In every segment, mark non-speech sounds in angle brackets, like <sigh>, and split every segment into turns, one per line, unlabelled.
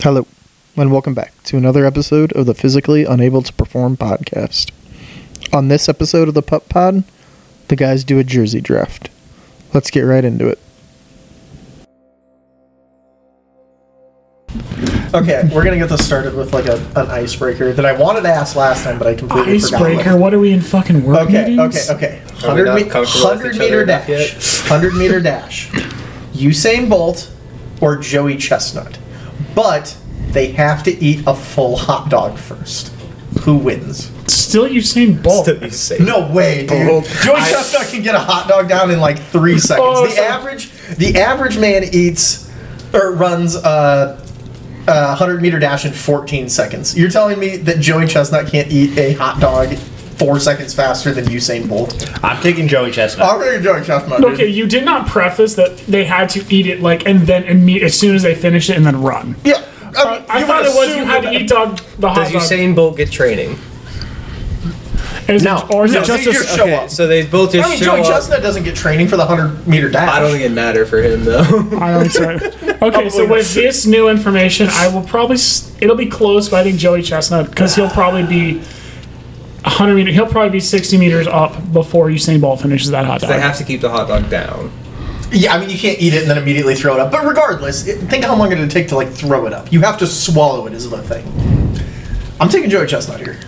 Hello, and welcome back to another episode of the Physically Unable to Perform podcast. On this episode of the Pup Pod, the guys do a jersey draft. Let's get right into it. Okay, we're gonna get this started with like a, an icebreaker that I wanted to ask last time, but I completely
Icebreaker.
forgot.
What are we in fucking work
Okay,
meetings?
okay, okay.
Are we
Hundred
not
me-
comfortable with
100
each
meter
other enough
dash. Hundred meter dash. Usain Bolt or Joey Chestnut, but they have to eat a full hot dog first. Who wins?
Still Usain
<laughs>
Bolt.
to be safe.
No way, dude.
Bolt.
Joey
Oh, I-
Chestnut can get a hot dog down in like three seconds.
Oh,
the
so-
average, the average man eats or runs a, a hundred meter dash in 14 seconds. You're telling me that Joey Chestnut can't eat a hot dog four seconds faster than Usain Bolt?
I'm taking Joey Chestnut.
I'm gonna Joey Chestnut. dude.
Okay, you did not preface that they had to eat it like and then imme- as soon as they finish it and then run.
Yeah.
I, Uh, I thought it was you had to eat dog the hot
Does
oh,
dog.
Usain Bolt get training?
Is it-
No.
or is
No,
it
so
just
you're-
a,
Show up.
so they both just
I mean,
show
Joey
up.
Chestnut doesn't get training for the 100 meter dash.
I don't think it matter for him though. <laughs>
I don't sorry. <laughs> Okay, so with this new information, I will probably s- it'll be close, but I think Joey Chestnut because he'll probably be. 100 meter. He'll probably be 60 meters up before Usain Bolt finishes that hot
they
dog.
have to keep the hot dog down.
Yeah, I mean, you can't eat it and then immediately throw it up. But regardless, it- think how long it would take to, like, throw it up. You have to swallow it, is the thing. I'm taking Joey Chestnut here.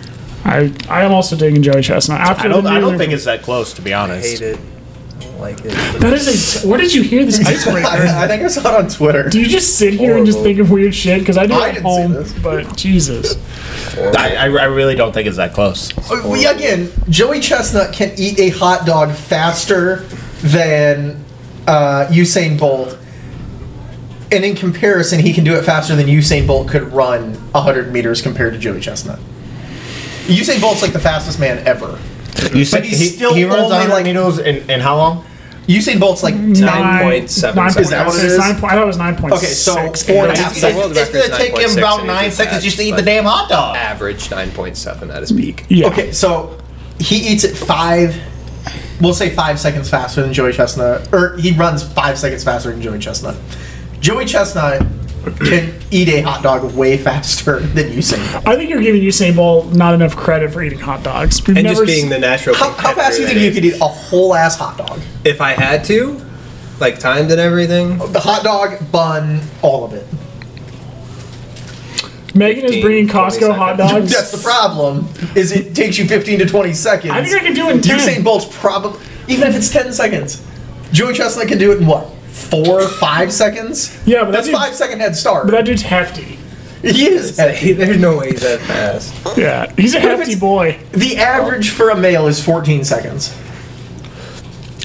I I am also taking Joey Chestnut. After
I don't,
the
I
new
don't think it's that close, to be
I
honest.
hate it. I don't like it.
That is a. Where did you
<laughs>
hear this icebreaker?
I, I think I saw it on Twitter.
Do you just sit here and just
Horrible.
think of weird shit? Because I do
I
at
didn't see
home,
this.
but Jesus.
I, I, I really don't think it's that close.
Uh, we- again, Joey Chestnut can eat a hot dog faster than uh, Usain Bolt. And in comparison, he can do it faster than Usain Bolt could run 100 meters compared to Joey Chestnut. Usain Bolt's like the fastest man ever.
You said
he's still
he runs
only,
100
like-
meters in, in how long?
Usain Bolt's like 9.
Mm.
Nine point seven
nine
seconds.
Is that what it
six,
is?
Nine point, I thought it was nine point
Okay, so
six.
four and a half
It's-
seconds.
it's- world it's record's gonna take him 9.6 about and he nine did seconds that, just to eat the but- damn
hot dog.
Average nine point seven at his
Mm.
peak.
Yeah.
Okay, so he eats it five. We'll say five seconds faster than Joey Chestnut, or he runs five seconds faster than Joey Chestnut. Joey Chestnut can eat a hot dog way faster than Usain. Bolt.
I think you're giving Usain Bolt not enough credit for eating hot dogs. We've
And
never
just being
s-
the natural.
How, how fast do you think you could eat a whole ass hot dog?
If I had to, like timed and everything.
The hot dog bun, all of it.
Megan is
15,
bringing
20
Costco hot dogs.
seconds.
That's the problem. Is it takes you fifteen to twenty seconds?
I think I can do it in
Usain
10.
Bolt's probably even if it's ten seconds. Joey Chestnut can do it in what? Four, five seconds?
Yeah, but that
that's
dude's-
five second head start.
But that dude's hefty.
He is heavy.
<laughs> There's no way he's that fast.
Yeah, he's a
if
hefty
it's-
boy.
The average for a male is 14 seconds.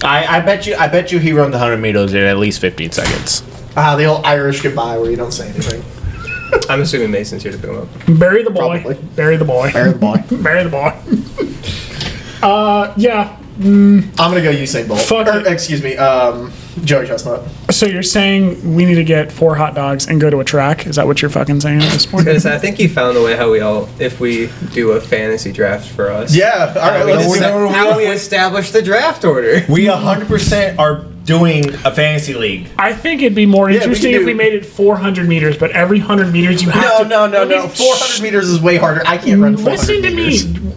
I, I bet you I bet you he runs 100 meters in at least 15 seconds.
Ah, the old Irish goodbye where you don't say anything.
I'm assuming Mason's here to pick him up.
Bury the boy.
Probably.
Bury the boy.
Fair the boy.
<laughs> Bury the boy. uh, yeah.
I'm gonna go Usain Bolt.
Fuck
Or,
it.
excuse me, um, Joey Chestnut.
So you're saying we need to get four hot dogs and go to a track? Is that what you're fucking saying at this point?
Because I think he found a way how we all, if we do a fantasy draft for us.
Yeah, all right.
How we,
let's-
we're
decide-
gonna-
how we establish the draft order.
We 100% are doing a fantasy league.
<laughs> I think it'd be more
we
interesting
can
if we
do-
made it 400 meters, but every 100 meters you have
no,
to.
no, no,
I mean,
no. 400 meters is way harder. I can't run 400
Listen to
meters.
me.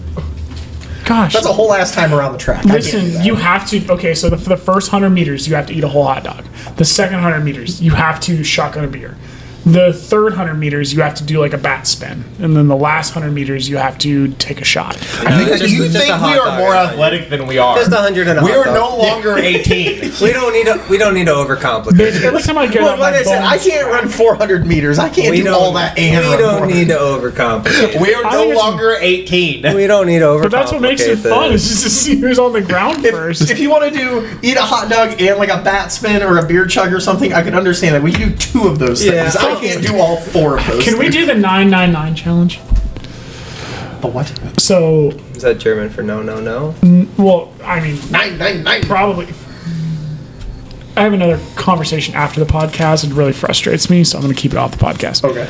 Gosh.
That's a whole ass time around the track. I can't do
Listen,
that.
you have to. Okay, so the, for the first 100 meters, you have to eat a whole hot dog. The second 100 meters, you have to shotgun a beer. The third 100 meters, you have to do like a bat spin. And then the last 100 meters, you have to take
<laughs>
a shot.
I
You you think we are more athletic than we are?
Just a hundred and a
We
hot
are
dog.
no longer 18.
We don't need to. We don't need to overcomplicate.
Bitch, every time I get
Well,
up,
like
my
I said, I
bones-
can't run 400 meters. I can't
We
do
don't.
all that and
we
run
don't
400.
need to overcomplicate.
We are
I
no
think it's-
longer <laughs> 18.
We don't need to overcomplicate.
But that's what makes it fun, is just to see who's on the
<laughs>
ground first.
If you want to do eat a hot dog and like a bat spin or a beer chug or something, I could understand that. We can do two of those
Yeah.
things. I can't do all four of those.
Can we do the 999 challenge?
But what?
So,
Is that German for no, no, no?
well, I mean,
Nine, nine, nine.
probably. I have another conversation after the podcast. It really frustrates me, so I'm going to keep it off the podcast.
Okay.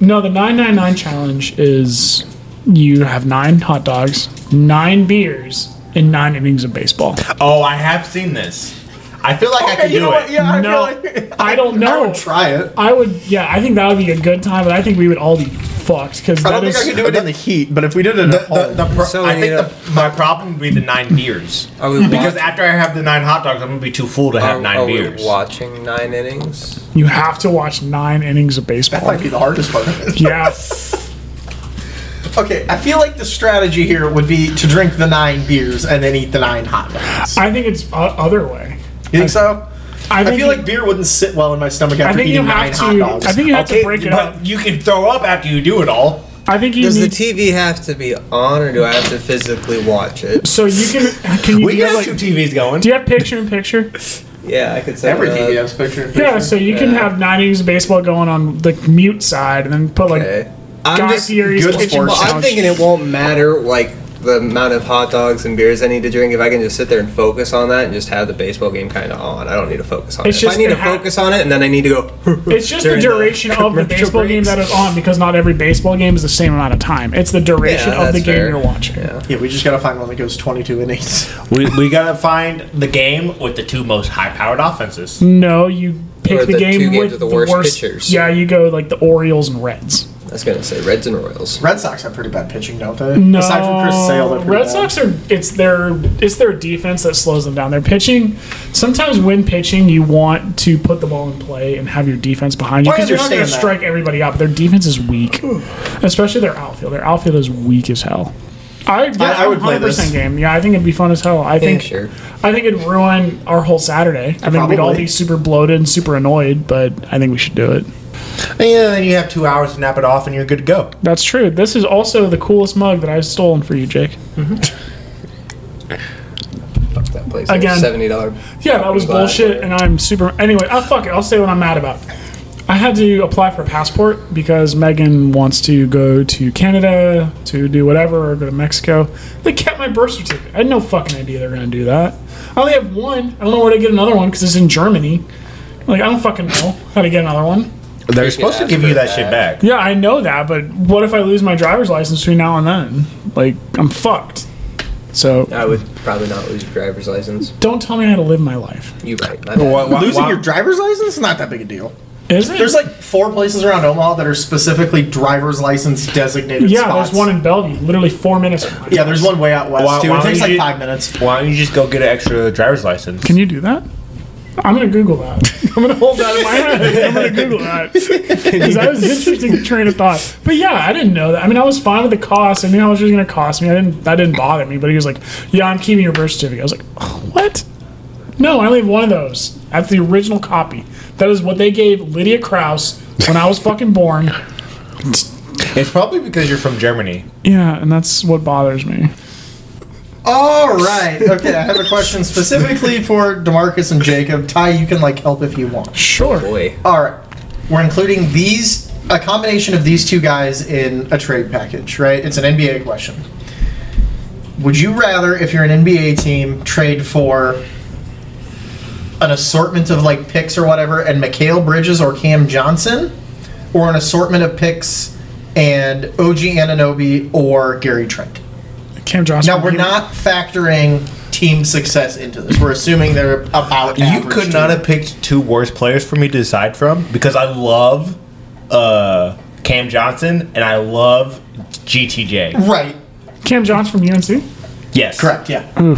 No, the 999 challenge is you have nine hot dogs, nine beers, and nine innings of baseball.
Oh, I have seen this. I feel like I could
you know
do
what?
it.
Yeah, I
no,
feel like
I don't know.
<laughs> I would try it.
I would, yeah, I think that would be a good time, but I think we would all be fucked because
I don't
that
think I
is.
could do it in the heat, but if we did it
The,
at home,
the, the pro-
So
I
we
think
need
the, my problem would be the nine beers.
Are we
Because
watching-
after I have the nine hot dogs, I'm gonna be too full to
Oh,
have
Are-
nine
are
beers.
we watching nine innings?
You have to watch nine innings of
that
baseball.
might be the hardest part of it.
yeah,
<laughs>
<laughs>
Okay, I feel like the strategy here would be to drink the nine beers and then eat the nine hot dogs.
I think it's o- other way.
You think so?
I,
I
think
feel
you-
like beer wouldn't sit well in my stomach after
think you
eating nine
have
hot
to-
dogs.
I think you have to
Okay,
break it
but
up.
you can throw up after you do it all.
I think you
Does the
need.
TV have to be on, or do I have to physically watch it?
so you can uh, can you
We
do, you
got
have,
two
like,
TVs going.
do you have picture in picture?
Yeah, I could say
Every
that.
TV has picture. in
Yeah,
picture.
so you can
Yeah.
have nine innings of baseball going on the mute side, and then put like
Okay. I'm
Guy
just.
Fieri's
good
kitchen
sports.
Well, I'm
couch.
thinking it won't matter like the amount of hot dogs and beers I need to drink if I can just sit there and focus on that and just have the baseball game kind of on. I don't need to focus on
It's
it. If I
just
need to
it ha-
focus on it and then I need to go. <laughs>
It's just the
during
duration of the
commercial
baseball game
breaks.
that is on because not every baseball game is the same amount of time. It's the duration
Yeah,
of the
that's
game
fair.
you're watching.
Yeah.
Yeah, we just gotta find one that goes 22 innings.
We, we gotta find the game with the two most high-powered offenses.
Mm.
No, you pick
Or
the,
the two
game
games
with
with
the
the
worst,
worst pitchers.
Yeah, you go like the Orioles and Reds.
I was gonna say Reds and
<laughs>
Royals.
Red Sox have pretty bad pitching, don't they?
No,
Aside from Chris Sale, they're pretty
Red
bad.
Sox are it's their it's their defense that slows them down. Their pitching sometimes when pitching you want to put the ball in play and have your defense behind you
I
because you're not going to
understand that.
strike everybody out. But their defense is weak, especially their outfield. Their outfield is weak as hell. I, yeah,
I would play this.
game. Yeah, I think it'd be fun as hell. I think
sure.
I think it'd ruin our whole Saturday. I think we'd all
Probably.
be super bloated and super annoyed, but I think we should do it.
Yeah, then you have two hours to nap it off, and you're good to go.
That's true. This is also the coolest mug that I've stolen for you, Jake.
That place
Again.
seventy dollar.
Yeah, that was
Black.
bullshit, and I'm super. Anyway, oh fuck it. I'll say what I'm mad about. I had to apply for a passport because Megan wants to go to Canada to do whatever or go to Mexico. They kept my birth certificate. I had no fucking idea they're gonna do that. I only have one. I don't know where to get another one because it's in Germany. Like I don't fucking know how to get another one.
They're
You
supposed to
can
give
ask
you
for
that
it
shit
back.
back.
Yeah, I know that, but what if I lose my driver's license between now and then? Like I'm fucked. So
I would probably not lose your driver's license.
don't tell me how to live my life.
You right? My bad.
Losing your driver's license is not that big a deal.
Is it?
There's like four places around Omaha that are specifically driver's license designated
yeah,
spots.
there's one in Bellevue, literally four minutes. From my
Yeah, there's one way out west
Why-
too.
why
It takes
don't
like
you-
five minutes.
Why don't you just go get an extra driver's license?
Can you do that? I'm gonna
<laughs>
Google that. I'm gonna hold that in my head. <laughs> I'm gonna Google that. 'Cause that was an interesting train of thought. But yeah, I didn't know that. I mean, I was fine with the cost. I knew how much it was gonna cost me. I didn't. That didn't bother me. But he was like, "Yeah, I'm keeping your birth certificate." I was like, oh, "What? No, I only have one of those. That's the original copy. That is what they gave Lydia Kraus when I was fucking born."
it's probably because you're from Germany.
Yeah, and that's what bothers me.
All right. Okay, I have a question specifically for Demarcus and Jacob. Ty, you can like help if you want.
Sure.
boy.
All right. We're including these a combination of these two guys in a trade package, right? It's an NBA question. Would you rather, if you're an NBA team, trade for an assortment of like picks or whatever, and Mikhail Bridges or Cam Johnson, or an assortment of picks and OG Ananobi or Gary Trent?
Cam Johnson.
Now we're
you-
not factoring team success into this. We're assuming they're about.
You
average
could not
team.
have picked two worse players for me to decide from because I love uh, Cam Johnson and I love GTJ.
Right.
Cam Johnson from UNC.
Yes,
Correct. Yeah. You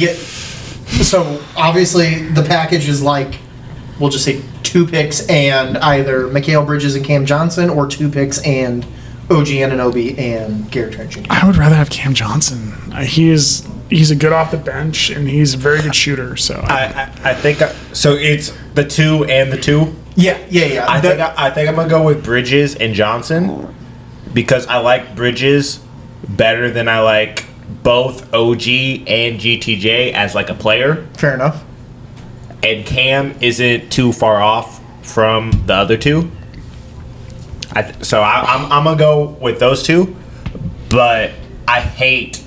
get. So obviously the package is like, we'll just say two picks and either Mikhail Bridges and Cam Johnson, or two picks and OG Ananobi and Garrett Trent Jr.
I would rather have Cam Johnson. Uh, he is he's a good off the bench and he's a very good shooter. So
I, I, I think I, so. It's the two and the two.
Yeah, yeah, yeah.
I
The-
think I, I think I'm gonna go with Bridges and Johnson because I like Bridges better than I like both OG and GTJ as like a player,
fair enough.
and Cam isn't too far off from the other two. I th- so I, I'm I'm gonna go with those two, but I hate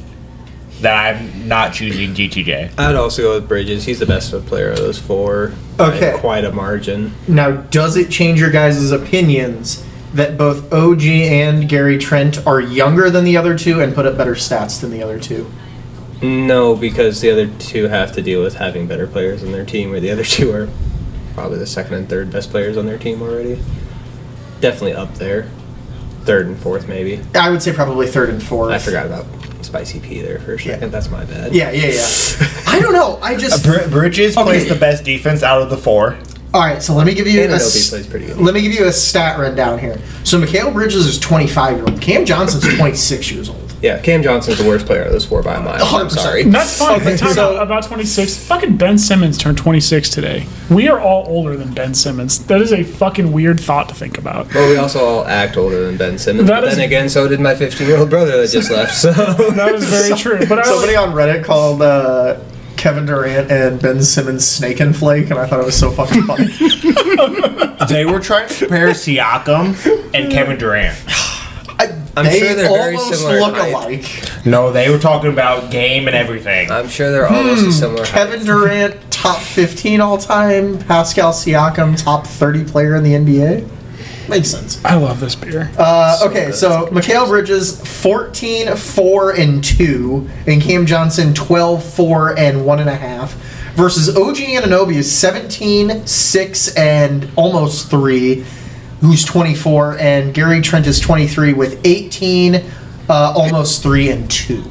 that I'm not choosing GTJ.
I'd also go with Bridges. He's the best player of those four. by
Okay.
quite a margin.
Now, does it change your guys' opinions that both OG and Gary Trent are younger than the other two and put up better stats than the other two?
No, because the other two have to deal with having better players on their team, where the other <laughs> two are probably the second and third best players on their team already. Definitely up there. Third and fourth, maybe.
I would say probably third and fourth.
I forgot about Spicy P there for a second.
Yeah.
That's my bad.
Yeah, yeah,
<laughs>
yeah. I don't know. I
Uh,
just
Br- Bridges
Okay.
plays the best defense out of the four.
all right. So let me give you
And
a
Adobe
s-
plays pretty good.
let me give you a stat rundown here. So Mikhail Bridges is 25 year old. Cam
<clears throat>
Johnson's 26 years old.
Yeah, Cam Johnson's the worst player out of those four by a mile. I'm
100%.
sorry.
That's fine.
Okay,
but time
so-
out about 26. Fucking Ben Simmons turned 26 today. We are all older than Ben Simmons. That is a fucking weird thought to think about.
Well, we also all act older than Ben Simmons.
That
but
is-
then again, so did my 15 year old brother that just left. So <laughs>
That is very true. But I
Somebody
like,
on Reddit called uh, Kevin Durant and Ben Simmons snake and flake, and I thought it was so <laughs> fucking funny.
They were trying to compare Siakam and Kevin Durant.
I,
I'm
they
sure they're very
almost
similar in
look
height.
alike.
No, they were talking about game and everything.
I'm sure they're almost a similar. height.
Kevin Durant, top 15 all time. Pascal Siakam, top 30 player in the NBA. Makes sense.
I love this beer.
Uh, okay, so Mikhail Bridges, 14, 4, and 2, and Cam Johnson, 12, 4, and 1.5, versus OG Ananobi, is 17, 6, and almost 3, who's 24, and Gary Trent is 23 with 18, uh, almost 3, and 2.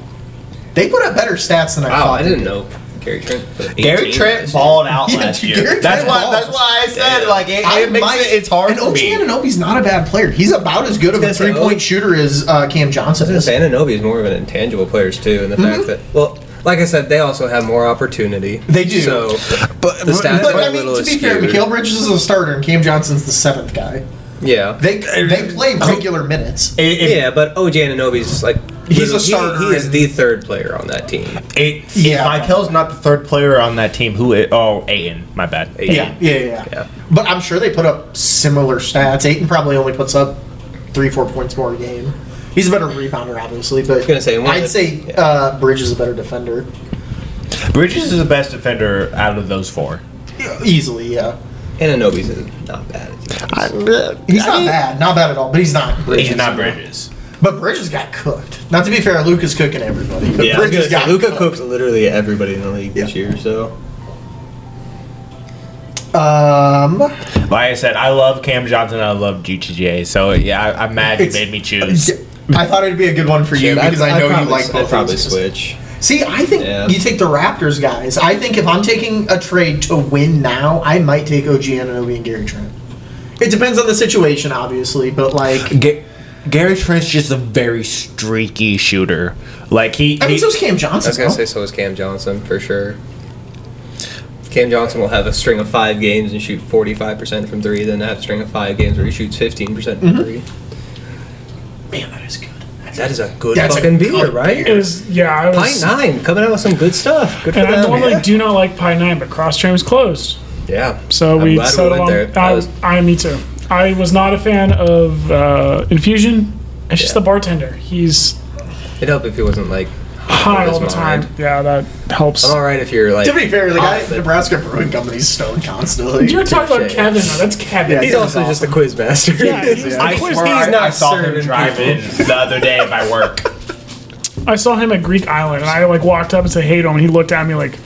They put up better stats than I
Wow,
thought.
I
they
didn't
did.
know Gary Trent. put
Gary
18
Trent
last
balled out
Yeah,
last
dude,
year.
Gary
that's
Trent
why.
balled.
That's why I said
Damn.
like it,
I
it makes
might-
it, it's hard
And
for
OG
me.
Ananobi's not a bad player. He's about as good of a
Yes, I-
three point shooter as uh, Cam Johnson
year.
is.
San Ananobi is more of an intangible player too, and the fact that well, like I said, they also have more opportunity.
Mm-hmm. They do.
So
But-
the stats
But
are
I
a
mean,
little
to be
skewed.
fair, Mikhail Bridges is a starter, and Cam Johnson's the seventh guy.
yeah.
They they play
oh.
regular minutes.
It- it-
yeah, but OG Ananobi's like
He's a
he-
starter
He, is
and-
the third player on that team.
It,
Yeah.
yeah. Mikel's not the third player on that team. Who? Is, oh, Aiden. My bad. Ayton.
Yeah, yeah, yeah,
Yeah.
But I'm sure they put up similar stats. Aiton probably only puts up three, four points more a game. He's a better rebounder, obviously, but
gonna say, one of
I'd
the-
say
yeah.
uh, Bridge is a better defender.
Bridges is the best defender out of those four.
Easily, yeah.
Ananobi's is not bad. At defense.
He's not bad, not bad at all, but he's not.
Bridges
He's not
is-
Bridges.
But Bridges got cooked. Not to be fair, Luke is cooking everybody. But
Yeah, I was
Bridges
gonna
got
say, Luka
cooked.
cooks literally everybody in the league this year. So
Um,
Like I said, I love Cam Johnson. I love GTJ. So yeah, I, I'm mad you
It's-
made me choose.
I thought it'd be a good one for you
Shit,
because I, know
probably,
you like
I'd
both.
probably
those.
switch.
See, I think
Yeah.
you take the Raptors guys. I think if I'm taking a trade to win now, I might take OG Ananobi and Gary Trent. It depends on the situation, obviously, but
<laughs>
like,
Ga- Gary Trent's just a very streaky shooter. Like he,
I mean,
he-
so's Cam
I was
Johnson.
gonna
though.
say so is Cam Johnson for sure. Cam Johnson will have a string of five games and shoot forty five percent from three, then have a string of five games where he shoots fifteen percent from three.
man, that is good.
That is a good
That's a
fucking
good
beer, right?
Is yeah, I
Pint
was.
nine coming out with some good stuff. Good for
And I
them.
normally
yeah.
do not like Pie Nine, but Cross Train was closed.
yeah.
So
I'm
we
glad
settled
went
on.
there.
I,
That was-
I me too. I was not a fan of uh, Infusion. It's just
Yeah.
the bartender. He's
it'd help if he wasn't like
high
his
all the time.
mind.
Yeah, that helps.
I'm all right if you're like.
To be fair, the guy
off
at
it.
Nebraska Brewing Company's stoned constantly.
You're talking about
Touche.
Kevin. though. That's Kevin.
Yeah.
He's also just a quiz master.
Yeah,
<laughs>
he's the
I
quiz-
swear
he's
I,
not
I saw him
serving
driving the other day at my <laughs> work.
I saw him at Greek Island, and I like walked up and said, "Hey, to him," and he looked at me like,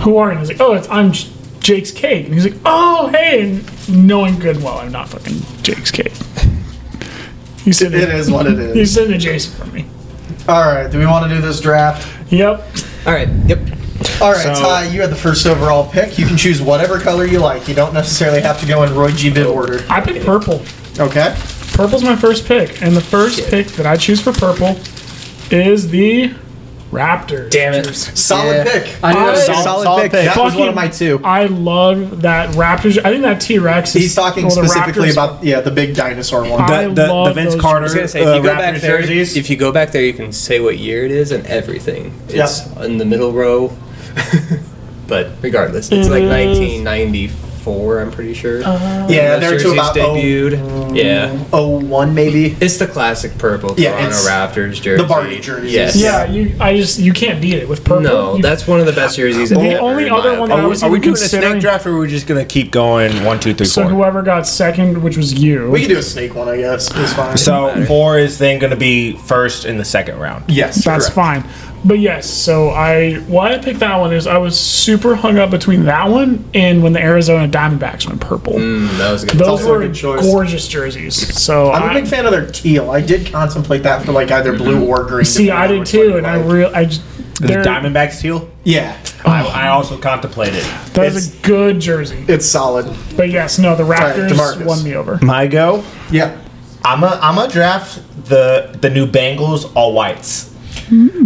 "Who are you?" And I was like, "Oh, it's I'm J- Jake's Cake," and he's like, "Oh, hey," and knowing good and well I'm not fucking Jake's Cake. He said
<laughs> It is what it
<laughs> He's
is.
sitting adjacent from me.
All right, do we want to do this draft?
Yep.
All right. Yep.
All right,
So-
Ty, you had the first overall pick. You can choose whatever color you like. You don't necessarily have to go in Roy G. Biv order.
I picked purple.
Okay.
Purple's my first pick, and the first
Shit.
pick that I choose for purple is the Raptors.
it.
Solid
Yeah.
pick.
I knew that was
Solid-
solid,
solid
pick.
pick.
That was one
Fucking-
of my two.
I love that Raptors. I think that T Rex is.
He's talking
well, the
specifically
Raptors-
about yeah the big dinosaur one.
I love those-
I was gonna say, if
uh,
uh,
you go back there, if you go back there, you can say what year it is and everything. It's in the
<laughs>
middle row. but regardless, it's
It
like
is- Uh-huh.
1994, I'm pretty sure.
yeah,
Those
they're to
jerseys
about oh,
debuted. yeah,
oh one maybe.
it's the classic purple
Yeah,
Toronto
it's
Raptors jersey.
Barney jerseys.
Yes.
Yeah, you. I just you can't beat it with purple.
No,
You-
that's one of the best jerseys.
The only other one that I
Are we,
was
are we
even
doing a
considering-
snake draft, or are we just gonna keep going one, two, three,
So
four?
whoever got second, which was you,
We can do a snake one, I guess. It's fine.
So four is then gonna be first in the second round.
yes,
that's
correct.
fine. But yes, so I why I picked that one is I was super hung up between that one and when the Arizona Diamondbacks went purple.
Mm, that was a good.
Those
also a
were
good choice.
gorgeous jerseys. So
I'm a big fan of their teal. I did contemplate that for like either blue or green.
See,
depending
I
on
did
which one
too,
you
and I
like.
real I just
The
they're-
Diamondbacks teal.
yeah,
I, I also contemplated.
That was
It's
a good jersey.
it's solid.
But yes, no, the Raptors
DeMarcus.
won me over.
my go.
Yeah,
I'm a I'm a draft the the new Bengals all whites.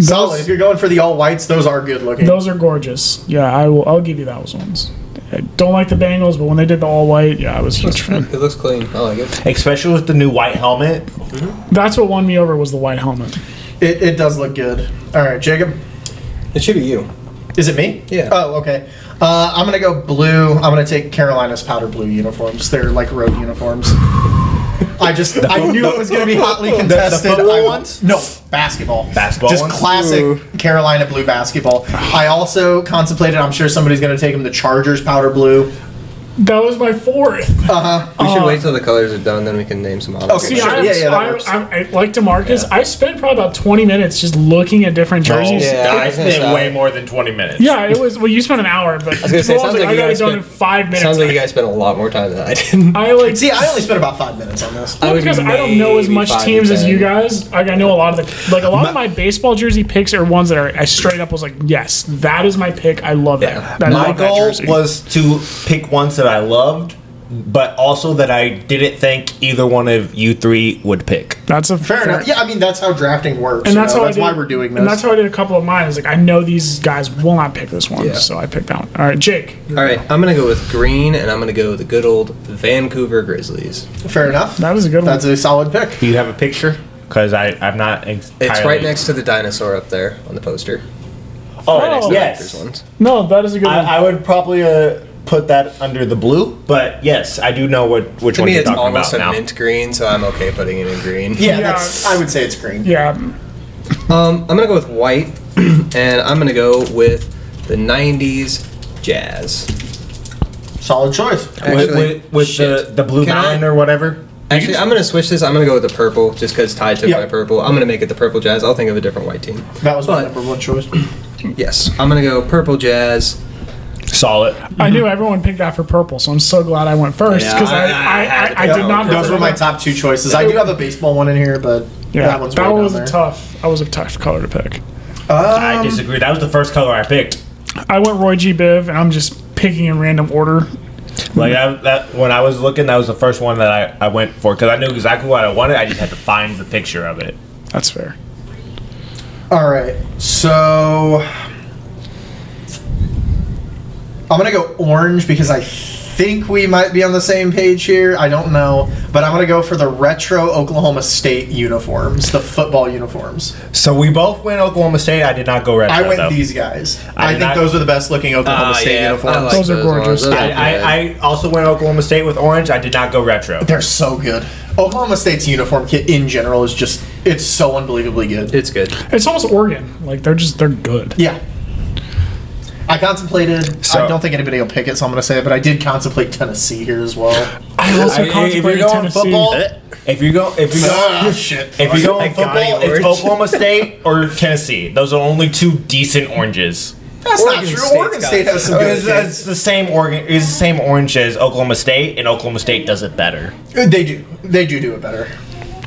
solid. If you're going for the all whites, those are good looking.
Those are gorgeous. Yeah, I will. I'll give you those ones. I don't like the Bengals, but when they did the all white, yeah, I was a huge fan.
It looks clean. I like it.
Especially with the new white helmet.
That's what won me over was the white helmet.
It, it does look good. All right, Jacob.
It should be you.
Is it me?
Yeah.
Oh, okay. Uh, I'm gonna go blue. I'm gonna take Carolina's powder blue uniforms. They're like road uniforms. I just I knew it was gonna be hotly contested.
football
I-
ones?
No, basketball.
Basketball
Just
ones?
classic Carolina blue basketball. I also contemplated. I'm sure somebody's gonna take them the Chargers powder blue.
That was my fourth.
We should
Oh.
wait till the colors are done, then we can name some options.
Okay.
See,
Sure.
I,
Yeah, yeah, that
I,
works.
I, I, like Demarcus, I spent probably about 20 minutes just looking at different jerseys.
yeah.
yeah.
I
I
was gonna
spent
say.
way more than 20 minutes.
it was. Well, you spent an hour, but I,
gonna say, sounds like
I
you
got it
guys
done in
spent-
five minutes.
Sounds like you guys spent a lot more time than I did. <laughs>
I like.
See, I only spent about five minutes on this.
I was
because I don't know as
maybe
much
five
teams
to
as you
ten.
guys. Like I know a lot of the like a lot of my baseball jersey picks are ones that are I straight up was like, yes, that is my pick. I love
Yeah.
that. I
My
love that
goal
jersey.
was to pick ones that I loved, but also that I didn't think either one of you three would pick.
that's a
Fair enough. Yeah, I mean that's how drafting works.
And
you
that's,
know?
how
that's
I did,
why we're doing this.
And that's how I did a couple of mine. I was like, I know these guys will not pick this one,
Yeah.
so I picked that one. All right, Jake.
All right, I'm gonna go with green, and I'm gonna go with the good old Vancouver Grizzlies.
Fair enough.
That was a good
That's
one.
a solid pick.
Do you have a picture? Because I I'm not.
It's right next to the dinosaur up there on the poster.
Oh,
right next to the
yes.
Raptors ones.
no, that is a good one.
I, I would probably uh, put that under the blue, but yes, I do know what which
To
one
me,
you're
it's
talking
almost
about
a
now.
mint green, so I'm okay putting it in green.
Yeah,
Yeah.
That's, I would say it's green.
yeah,
Mm-hmm.
Um, I'm gonna go with white, <clears throat> and I'm gonna go with the '90s jazz.
Solid choice.
With,
Actually,
with, with the
shit.
the blue
Can I-
mountain or whatever.
Actually, I'm gonna switch this. I'm gonna go with the purple, just because Ty took
Yeah.
my purple. I'm gonna make it the purple jazz. I'll think of a different white team.
That was my
But-
number one choice.
Yes, I'm gonna go purple jazz.
Solid.
I knew everyone picked that for purple, so I'm so glad I went first
Yeah,
because
I-
I,
I had
I,
to
I, I
pick
did
that
not.
one.
Those were my top two choices. I do have a baseball one in here, but
Yeah,
that one's
that
way
one
down
was
there.
a tough. That was a tough color to pick.
Um,
I disagree. That was the first color I picked.
I went Roy G. Biv, and I'm just picking in random order.
Like I, that when I was looking, that was the first one that I, I went for because I knew exactly what I wanted. I just had to find the picture of it.
That's fair.
All right, so I'm gonna go orange because I think we might be on the same page here. I don't know, but I'm gonna go for the retro Oklahoma State uniforms, the football uniforms.
So we both went Oklahoma State. I did not go red.
I went
though.
these guys. I,
I did
think
not- Ah,
those are the best looking Oklahoma State uniforms.
I like
Those are
ones.
gorgeous.
Those are
I,
good.
I, I also went Oklahoma State with orange. I did not go retro.
They're so good. Oklahoma State's uniform kit in general is just it's so unbelievably good.
it's good.
It's almost Oregon. Like they're just they're good.
Yeah. I contemplated.
So-
I don't think anybody will pick it, so I'm going to say it. But I did contemplate Tennessee here as well.
I also
I- if
contemplated
you're going
Tennessee.
football, if you go, if you
<laughs>
go,
Ah, shit.
if you go
Like
football,
Donnie Orange.
it's Oklahoma State or Tennessee. Those are only two decent oranges.
That's not
Oregon
true.
State's
Oregon
got
State
it.
has some
It's,
good.
it's the same organ. It's the same orange as Oklahoma State, and Oklahoma State does it better.
kids. They do. They do do it better.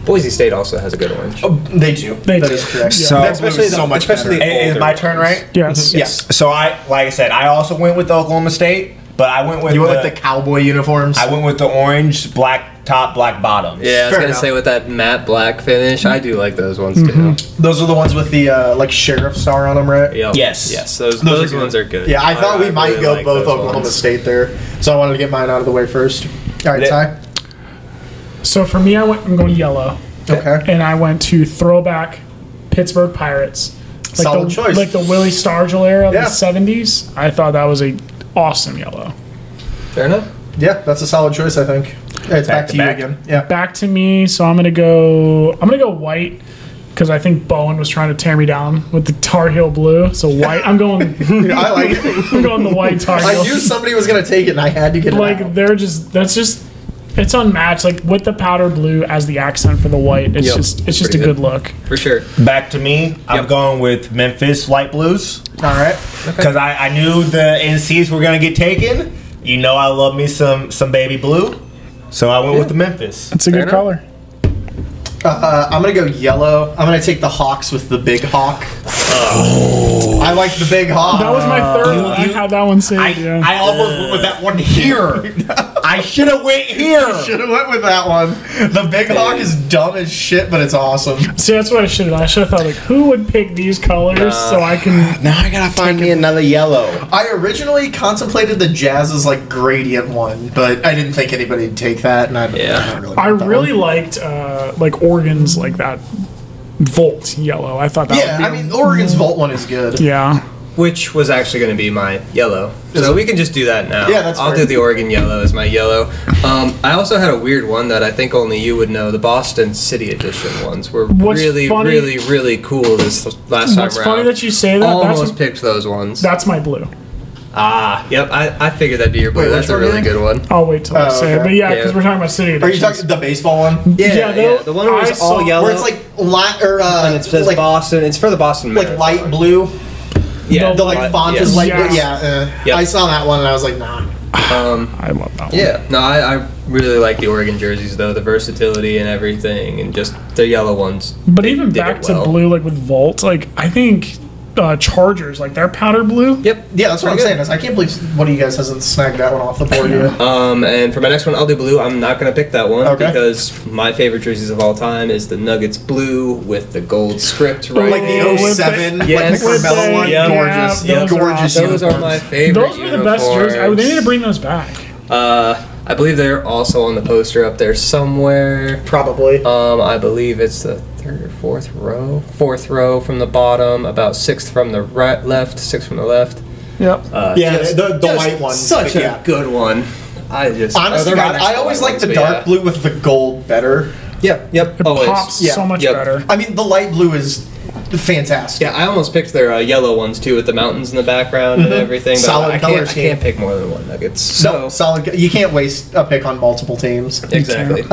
Boise State also has a good orange.
They do.
They
That
do.
is correct.
So-
That blue is
Especially the-
so much
especially
better.
the-
It is
Older
my turn,
ones.
right?
Yes.
Yeah. Mm-hmm.
So I, like I said, I also went with Oklahoma State, but I went with
You
the,
went with the cowboy uniforms.
I went with the orange, black top, black bottoms.
Yeah, I was
Fair
gonna
enough.
say with that matte black finish, I do like those ones too.
Those are the ones with the uh, like sheriff star on them, right?
Yep.
Yes.
yes,
Those
those those,
are good.
ones are good.
Yeah, I thought we might
really
go
like
both
those
Oklahoma
ones.
State there, so I wanted to get mine out of the way first. All right,
Yeah.
Ty.
So for me, I went. I'm going yellow,
Okay.
and I went to throwback Pittsburgh Pirates. Like
Solid
the,
choice.
Like the Willie Stargell era of
Yeah.
the '70s. I thought that was a awesome yellow.
Fair enough.
Yeah, that's a solid choice, I think. It's back,
Back
to
to
you
back.
again. Yeah. <laughs>
back to me. So I'm gonna go. I'm gonna go white because I think Bowen was trying to tear me down with the Tar Heel blue. So white. I'm going.
I like it.
I'm going the white Tar
I knew
Heel. <laughs>
somebody was gonna take it, and I had to get it. out.
Like they're just. That's just. It's unmatched, like with the powder blue as the accent for the white. It's
Yep.
just it's just
Pretty
a good
good.
look.
for sure.
Back to me. I'm
Yep.
going with Memphis light blues
All right.
because I, I knew the NCs were gonna get taken. You know I love me some some baby blue, so I went with the Memphis.
It's a
Fair
good
enough.
color.
Uh, I'm gonna go yellow. I'm gonna take the Hawks with the big hawk.
Oh.
I like the big hawk.
That was my third. one. I had that one saved.
I,
yeah.
I almost went with that
<laughs>
one here. I should have went here.
Should have went with that one. The big hawk is dumb as shit, but it's awesome.
See, that's what I should have. done. I should have thought like, who would pick these colors so I can.
Now I gotta find me another yellow.
I originally contemplated the Jazz's like gradient one, but I didn't think anybody would take that, and I
Yeah.
really.
I
want that
really
one.
liked uh, like organs like that volt yellow. I thought that.
Yeah,
would be
I mean Oregon's Volt one is good.
Yeah.
Which was actually going to be my yellow. So we can just do that now.
Yeah, that's
I'll
fair.
do the Oregon yellow as my yellow. Um, I also had a weird one that I think only you would know. The Boston City Edition ones were
What's
really,
funny-
really, really cool this last time
What's
round.
funny that you say that.
Almost
that's,
picked those ones.
that's my blue.
ah, yep. I, I figured that'd be your blue.
Wait, which
that's a
one
really
again?
good one.
I'll wait till I
Oh,
say it.
okay.
But yeah, because
Yeah.
we're talking about
Are
city.
you
editions.
talking the baseball one,
Yeah,
Yeah,
yeah,
though,
the one where
I
it's all
saw-
yellow
where it's like light or uh,
and it says
like
Boston. It's for the Boston
like
Marathon.
light blue.
Yeah,
The like font is
yes.
light
Yes.
blue. Yeah, uh,
Yep.
I saw that one and I was like, nah.
Um,
I love that one.
yeah, no, I, I really like the Oregon jerseys though. The versatility and everything, and just the yellow ones.
But even
did it
back
well.
to blue, like with Volt, like I think uh, Chargers, like their powder blue.
Yep.
Yeah, that's what I'm
Pretty
saying. Is I can't believe one of you guys hasn't snagged that one off the board <laughs> yet.
Um, and for my next one, I'll do blue. I'm not gonna pick that one
Okay.
because my favorite jerseys of all time is the Nuggets blue with the gold script right.
Like the
Oh, with
07,
the-
like
Yes.
the
with
Carmelo
the-
one.
yeah,
gorgeous.
those are
gorgeous.
awesome.
those are my favorite.
Those were the best jerseys. I, they need to bring those back.
Uh, I believe they're also on the poster up there somewhere.
Probably.
Um, I believe it's the third or fourth row. Fourth row from the bottom, about sixth from the right, left, sixth from the left.
Yep.
Uh,
Yeah, the- the white ones,
Such
but
a
yeah.
good one. I just
Honestly,
Oh, they're right
God,
next to
I always
white
like the
ones, but
dark
yeah.
blue with the gold better.
Yep, yep.
It
always.
pops
yeah,
so much
yep.
better.
I mean, the light blue is fantastic.
Yeah, I almost picked their uh, yellow ones too, with the mountains in the background and everything. But
Mm-hmm. Solid
I
color
can't, I
scheme.
can't pick more than one Nuggets.
So
So
solid. You can't waste a pick on multiple teams.
exactly.
Um,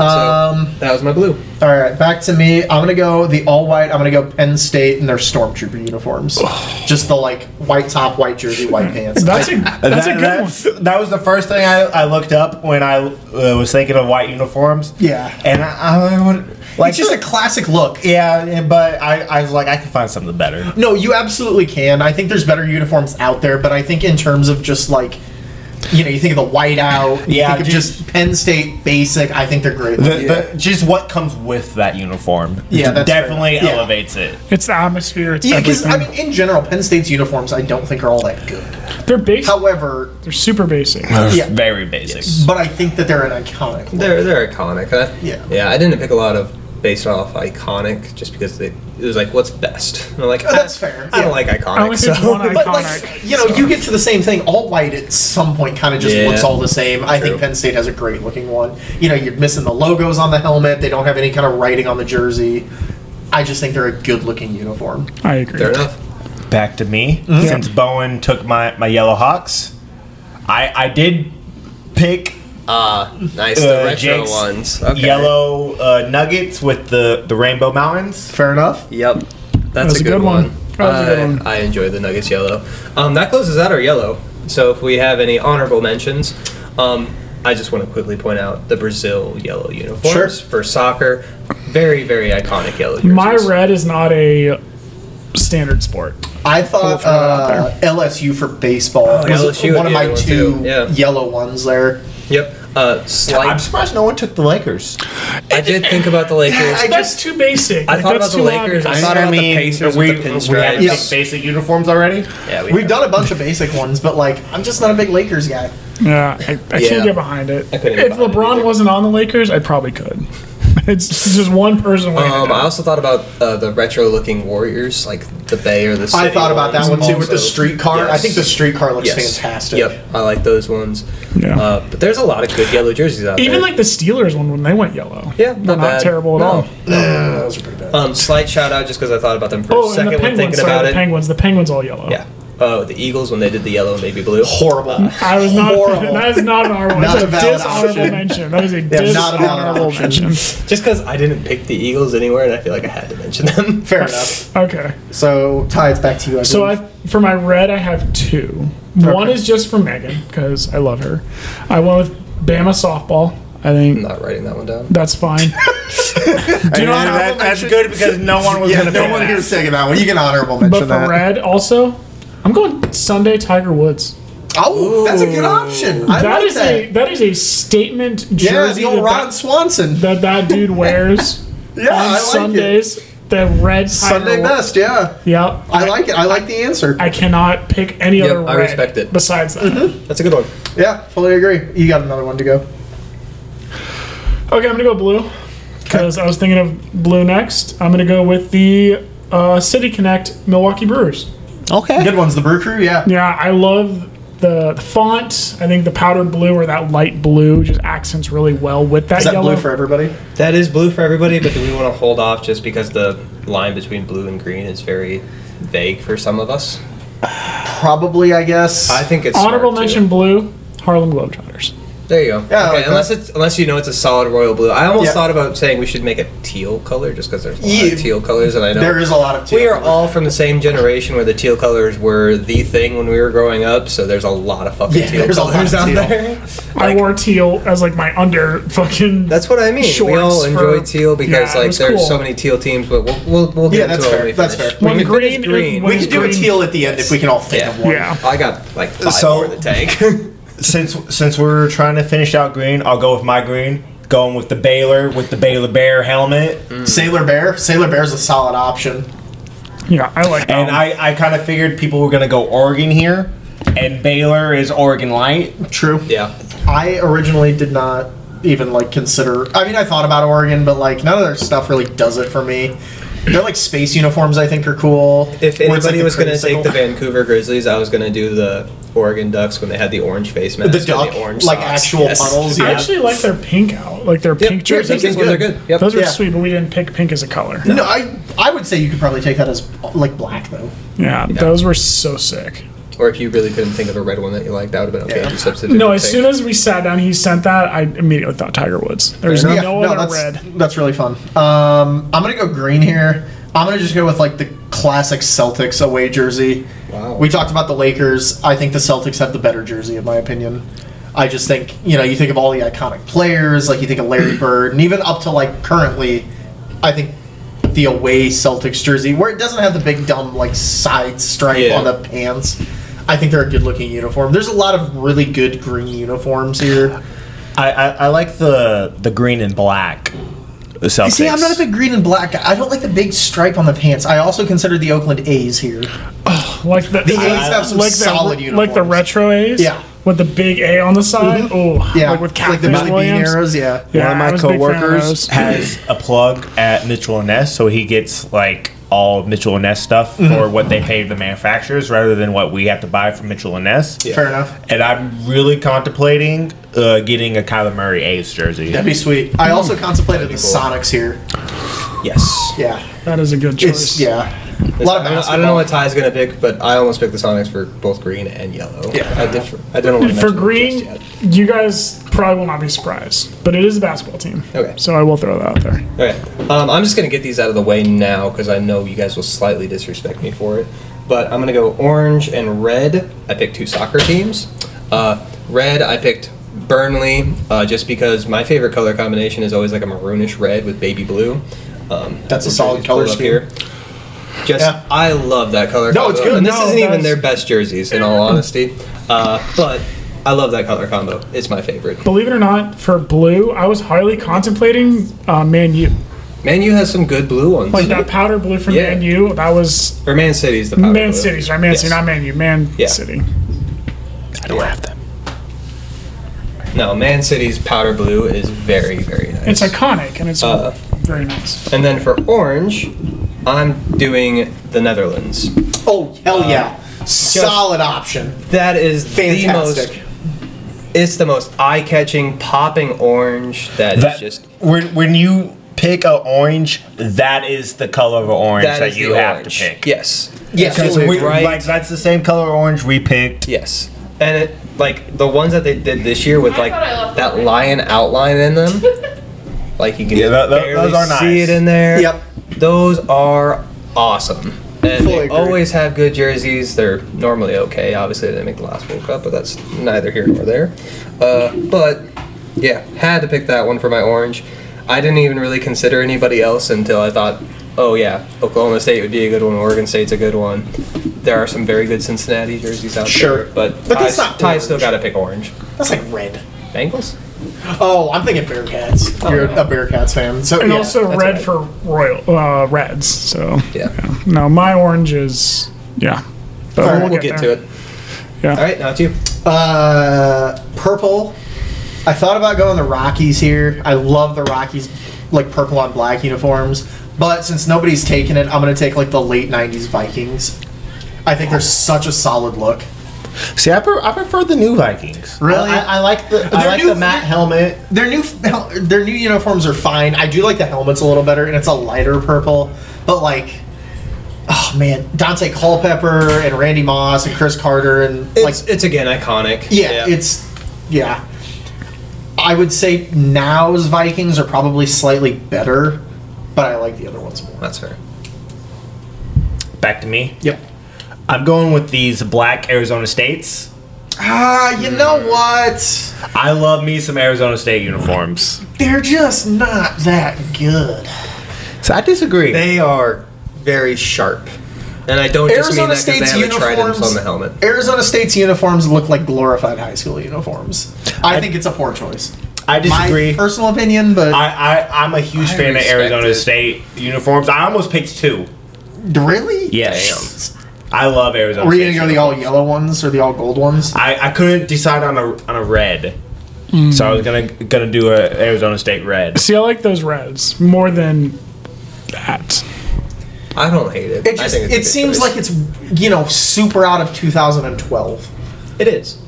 so that was my blue.
All right, back to me. I'm gonna go the all white. I'm gonna go Penn State in their stormtrooper uniforms. Just the like white top, white jersey, white pants.
That's a
<laughs>
that's a
that,
good
that's- That was the first thing I, I looked up when I uh, was thinking of white uniforms.
Yeah.
and I, I would- like
it's just a classic look.
yeah, and- but I, I was like I can find something better.
No, you absolutely can. I think there's better uniforms out there, but I think in terms of just like, you know, you think of the whiteout. You
Yeah,
think of
just-
just Penn State basic. I think they're great.
The,
Yeah.
the, just what comes with that uniform.
Yeah, that's fair.
definitely
Yeah.
elevates it.
one. It's the atmosphere. It's
yeah, because
everything.
I mean, in general, Penn State's uniforms I don't think are all that good.
they're basic.
However,
they're super basic.
Yeah.
Very basic.
but I think that they're an iconic. look.
They're they're iconic. I,
Yeah.
Yeah. I didn't pick a lot of based off iconic just because they, it was like what's best. And I'm like "Ah,
Oh, that's
I-
fair.
I
Yeah.
don't like
I only
iconic.
picked
So.
one iconic.
But like you know, you get to the same thing. All white at some point kind of just
Yeah.
looks all the same. I think
True.
Penn State has a great looking one. You know, you're missing the logos on the helmet. They don't have any kind of writing on the jersey. I just think they're a good looking uniform.
I agree.
Fair enough.
Back to me. Since Bowen took my my Yellow Hawks, I I did pick
Ah, nice. The
Uh,
retro
Jake's
ones. Okay.
yellow uh, nuggets with the the rainbow mountains.
Fair enough.
Yep. That's
was
a, good, one.
That was a good
I-
one.
I enjoy the Nuggets yellow. Um, that closes out our yellow. So if we have any honorable mentions, um, I just want to quickly point out the Brazil yellow uniforms
Sure.
for soccer. Very, very iconic yellow jerseys.
My red is not a standard sport.
I thought
throw that out
uh, LSU for baseball
Oh,
was
LSU
one of
would be
my
the one
two
too, yeah.
yellow ones there.
Yep. Uh, slight.
I'm surprised no one took the Lakers.
I did think about the Lakers.
I
That's
just
too basic.
I thought
that's
about the
too
Lakers. I
obvious.
thought about the Pacers
we,
with the
we had
pinstripes.
Yeah.
picked basic uniforms already.
Yeah, we
we've done a bunch of basic ones, but like I'm just not a big Lakers guy.
Yeah, I, I
Yeah.
can't get behind it.
I couldn't get
If
behind it
LeBron
either.
wasn't on the Lakers, I probably could. <laughs> It's just one person. weighing it
Um, I
down.
also thought about uh, the retro-looking Warriors, like the Bay or the. City
I thought about that
ones
one too with the
also.
streetcar. I
Yes.
think the streetcar looks
Yes.
fantastic.
Yep, I like those ones.
Yeah.
Uh, but there's a lot of good yellow jerseys out there.
Even like the Steelers one when they went yellow.
Yeah,
They're
not bad.
terrible at
No.
all.
Yeah, those are pretty bad.
Um, slight shout out just because I thought about them for
Oh,
a
and the
second when
Penguins.
thinking
Sorry,
about
the
it.
Penguins. The Penguins all yellow.
Yeah. Oh, the Eagles when they did the yellow and baby blue.
Horrible.
<laughs> I was not.
Horrible.
That is not an honorable.
Not
that's
a valid
a dishonorable
option.
mention. That is a
Yeah, not a valid
dishonorable
option.
mention.
Just because I didn't pick the Eagles anywhere, and I feel like I had to mention them. <laughs>
Fair enough.
Okay.
So Ty, it's back to you. I
So I,
believe.
for my red, I have two. One
Okay.
is just for Megan because I love her. I went with Bama softball. I
I'm
think
not writing that one down.
<laughs>
that's fine. Do you know
And
how
that- that's good <laughs> because no one was
yeah,
gonna
no
pick
one
that.
here is taking that one. You can honorable mention
But for
that.
red, also, I'm going Sunday Tiger Woods.
Oh, that's a good option. I
That
like
is
that.
a that is a statement
yeah,
jersey
the old Ron
that,
Swanson.
<laughs> that that dude wears
<laughs> yeah,
on
I like it.
Sundays. The red Tiger
Sunday
Wo-
best. Yeah,
Yep.
I like it. I like the answer.
I cannot pick any
Yep,
other
I
red
respect it.
besides that.
Mm-hmm.
That's a good one.
yeah, fully agree. You got another one to go.
Okay, I'm gonna go blue because I was thinking of blue next. I'm gonna go with the uh, City Connect Milwaukee Brewers.
Okay.
Good one's the Brew Crew. Yeah,
Yeah, I love the, the font. I think the powder blue or that light blue just accents really well with that,
is that
yellow.
blue for everybody?
That is blue for everybody, but do we want to hold off just because the line between blue and green is very vague for some of us?
Probably, I guess.
I think it's
Honorable
smart, too.
mention blue, Harlem Globetrotters.
There you go.
Yeah, I like
okay,
that.
unless it's unless you know it's a solid royal blue. I almost
Yeah.
thought about saying we should make a teal color just because there's a lot
Yeah.
of teal colors, and I know
there is a lot of.
we are all from the same generation where the teal colors were the thing when we were growing up. So there's a lot of fucking
Yeah,
teal
there's a lot
colors
of
out
teal.
there.
I
Like,
wore teal as like my under fucking.
That's what I mean. we
shorts
all
for-
enjoy teal because
Yeah, it
like
was
there's
cool.
so many teal teams, but we'll we'll, we'll
Yeah,
get
that's
to it
fair.
when we
That's
finish.
fair.
When
we finish
green-
green.
when-
We can do a
Green.
teal at the end if we can all think
Yeah.
of one.
<laughs> yeah.
I got like five
So-
more in the tank. <laughs>
Since since we're trying to finish out green, I'll go with my green. Going with the Baylor with the Baylor Bear helmet.
Mm-hmm. Hmm.
Sailor Bear. Sailor Bear's a solid option.
Yeah, I like that.
And
one.
I, I kind of figured people were going to go Oregon here, and Baylor is Oregon Light.
True.
yeah,
I originally did not even like consider. I mean, I thought about Oregon, but like none of their stuff really does it for me. They're like space uniforms. I think are cool.
If
Where it's,
anybody
like, the
was going to take
creamsicle.
the Vancouver Grizzlies, I was going to do the Oregon Ducks when they had the orange face mask,
the
and
duck,
orange
like
socks.
actual
Yes.
puddles.
I
Yeah.
actually like their pink out, like their
Yep,
pink
yeah,
jerseys.
pink is
good.
They're good. Yep.
Those are
Yeah.
sweet, but we didn't pick pink as a color.
no, I I would say you could probably take that as like black though.
Yeah, those were so sick.
or if you really couldn't think of a red one that you liked, that would have been okay.
Yeah.
You substitute.
No,
the
as
pink.
soon as we sat down, he sent that. I immediately thought Tiger Woods. There's
Fair
no
Yeah, no,
other
that's
red.
that's really fun. Um, I'm gonna go green here. I'm gonna just go with like the classic Celtics away jersey.
Wow.
We talked about the Lakers. I think the Celtics have the better jersey, in my opinion. I just think you know you think of all the iconic players, like you think of Larry Bird, and even up to like currently, I think the away Celtics jersey, where it doesn't have the big dumb like side stripe
Yeah.
on the pants. I think they're a good looking uniform. There's a lot of really good green uniforms here.
I, I, I like the the green and black. Celtics.
See, I'm not a big green and black guy. I don't like the big stripe on the pants. I also consider the Oakland A's here.
Like the,
The A's have some
like
solid
the, like the
uniforms.
retro A's.
Yeah. Mm-hmm.
with the big A on the side. Oh,
Yeah,
like with
like the
Catfish
Billy Bean
Williams.
arrows. Yeah,
Yeah,
One of
I
my
was a big fan of
coworkers
those.
has a plug at Mitchell and Ness, so he gets like all of Mitchell and Ness stuff
Mm-hmm.
for what they pay the manufacturers rather than what we have to buy from Mitchell and Ness.
Yeah.
fair enough.
And I'm really contemplating uh, getting a Kyler Murray A's jersey.
That'd be sweet. I also contemplated the
That'd be cool.
Sonics here.
yes,
Yeah,
That is a good
it's
choice.
yeah. A lot of
I, don't, I
basketball.
don't know what Ty's going to pick, but I almost picked the Sonics for both green and yellow.
Yeah.
I, did for, I didn't want to
For green, you guys probably will not be surprised, but it is a basketball team.
Okay.
So I will throw that out there.
Okay, um, I'm just gonna get these out of the way now because I know you guys will slightly disrespect me for it. But I'm gonna go orange and red. I picked two soccer teams. Uh, red, I picked Burnley uh, just because my favorite color combination is always like a maroonish red with baby blue. Um,
That's a
the
solid
jerseys
color
pulled up
scheme.
Just,
Yeah.
I love that color.
No, it's
combo,
good.
And this
No,
isn't even
that's-
their best jerseys, in all
<laughs>
honesty. Uh, but I love that color combo. It's my favorite.
Believe it or not, for blue, I was highly contemplating uh, Man U.
Man U has some good blue ones.
Like
Mm-hmm.
that powder blue from
Yeah.
Man U, that was
or Man City's the powder
Man
blue.
City, sorry, Man
Yes.
City, not Man U, Man
Yeah.
City.
I don't have them.
No, Man City's powder blue is very, very nice.
It's iconic and it's
Uh,
very nice.
and then for orange, I'm doing the Netherlands.
Oh hell
Uh,
yeah! Solid option.
That is
Fantastic.
the most. It's the most eye-catching, popping orange that is
That,
just.
when, when you pick a orange, that is the color of an orange that,
is
you
the
have
orange.
to pick.
Yes.
Yeah,
Because
absolutely.
we,
right?
like that's the same color orange we picked.
Yes.
And it like the ones that they did this year with
I
like
thought I left
that
one.
lion outline in
<laughs>
them, like you can
Yeah, tho- tho-
barely
those are nice.
see it in there.
Yep.
those are awesome. And
Fully
they
agree.
always have good jerseys. They're normally okay. Obviously, they didn't make the last World Cup, but that's neither here nor there. Uh, but yeah, had to pick that one for my orange. I didn't even really consider anybody else until I thought, oh yeah, Oklahoma State would be a good one. Oregon State's a good one. There are some very good Cincinnati jerseys out
Sure.
there. but
But that's
Ty's-
not
Ty's still
orange.
got to pick orange.
That's like red.
Bengals?
Oh, I'm thinking Bearcats.
Oh,
You're a Bearcats fan, so
And
yeah.
also
that's
red
right.
for royal uh, reds. So
Yeah.
no, my orange is yeah. But
Alright,
We'll get to
there.
it.
Yeah.
All right, now it's you.
Uh, purple. I thought about going the Rockies here. I love the Rockies, like purple on black uniforms. But since nobody's taken it, I'm gonna take like the late '90s Vikings. I think they're such a solid look.
See, I, pre- I prefer the new Vikings.
Really?
I, I, I like the I
They're
like
new-
the matte helmet.
Their new their new uniforms are fine. I do like the helmets a little better, and it's a lighter purple. But like, oh man, Dante Culpepper and Randy Moss and Chris Carter and like
It's, it's again iconic.
Yeah, it's yeah. I would say now's Vikings are probably slightly better, but I like the other ones more.
that's fair.
Back to me.
Yep.
I'm going with these black Arizona States.
Ah, you know what?
I love me some Arizona State uniforms.
They're just not that good.
So I disagree.
They are very sharp. And I don't just mean
Arizona
that because
State's
they have a trident
uniforms
on the helmet.
Arizona State's uniforms look like glorified high school uniforms. I, think it's a poor choice.
I disagree.
My personal opinion, but
I, I I'm a huge
I
fan of
respect
Arizona
it.
State uniforms. I almost picked two.
really,
Yes. I love Arizona.
Were you
State
gonna go the all
uniforms.
yellow ones or the all gold ones?
I, I couldn't decide on a on a red, so I was gonna gonna do a Arizona State red.
See, I like those reds more than that.
I don't hate it.
It
I
just
think
it
it's
seems like it's you know super out of 2012.
it is.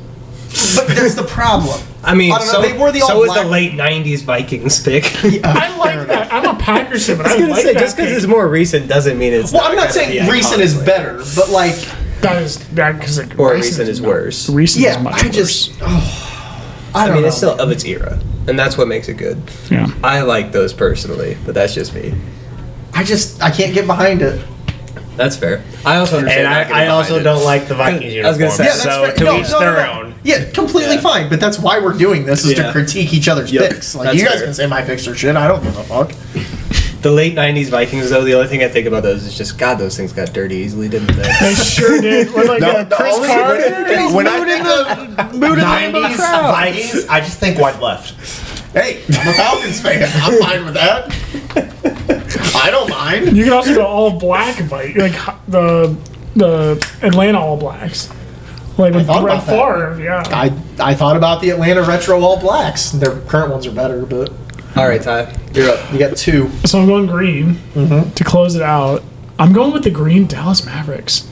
But there's the problem.
I mean,
I don't know,
so,
they wore the
so
all
was
black-
the late '90s Vikings <laughs> pick.
I like that. I'm a Packers fan, but I,
<laughs> I was gonna
like
say
that.
just because
pick.
it's more recent doesn't mean it's.
Well,
not
I'm not
gonna
saying
be
recent
iconic.
is better, but like,
that is that because
or recent is worse.
Recent
yeah,
is much
I
worse.
just, oh, I
I
don't
mean,
know.
it's still of its era, and that's what makes it good.
yeah.
I like those personally, but that's just me.
I just, I can't get behind it.
That's fair. I also understand.
And
not getting
I, I
behind
also
it.
don't like the Vikings
I was
uniforms.
gonna say- Yeah, that's
so
fair.
to each their own.
Yeah, completely
Yeah.
fine. But that's why we're doing this is to
Yeah.
critique each other's
Yep,
picks. Like
that's
you guys
fair.
can say my picks are shit. I don't give a fuck.
The late '90s Vikings, though, the only thing I think about those is just God, those things got dirty easily, didn't
They
they?
sure did. We're like uh, Chris Carter.
when, when I think of nineties Vikings, I just think white left.
Hey, I'm a Falcons fan. I'm fine with that. I don't mind.
You can also go all black Vik like h- the the Atlanta All Blacks, like with
thought
Brett
about that.
Favre. Yeah,
I I thought about the Atlanta retro All Blacks. Their current ones are better, but
<laughs> All right, Ty, you're up.
you got two.
so I'm going green
Mm-hmm.
to close it out. I'm going with the green Dallas Mavericks.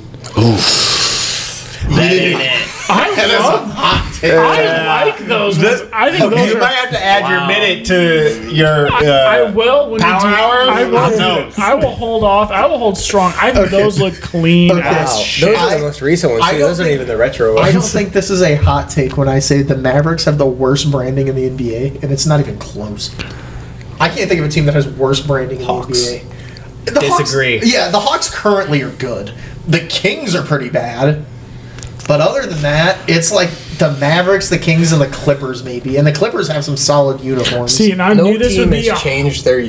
That ain't it.
I love,
hot take.
I like those. ones. I
Oh,
think those
You
are.
might have to add your minute
<laughs>
to your. Uh,
I will when
Power
we do,
hour?
I
Hot
will,
dogs.
I will hold off. I will hold strong. I think those look clean
Okay.
as
Wow.
shit.
Those are
I-
the most recent ones.
I
Too.
don't
Those aren't
think-
even the retro ones.
I don't think this is a hot take when I say the Mavericks have the worst branding in the NBA, and it's not even close. I can't think of a team that has worse branding in
Hawks.
the NBA. The
Disagree.
Hawks, yeah, the Hawks currently are good. The Kings are pretty bad. But other than that, it's like the Mavericks, the Kings, and the Clippers, maybe. And the Clippers have some solid uniforms.
See, and I
no
knew this
team
would be.
has
A,
changed their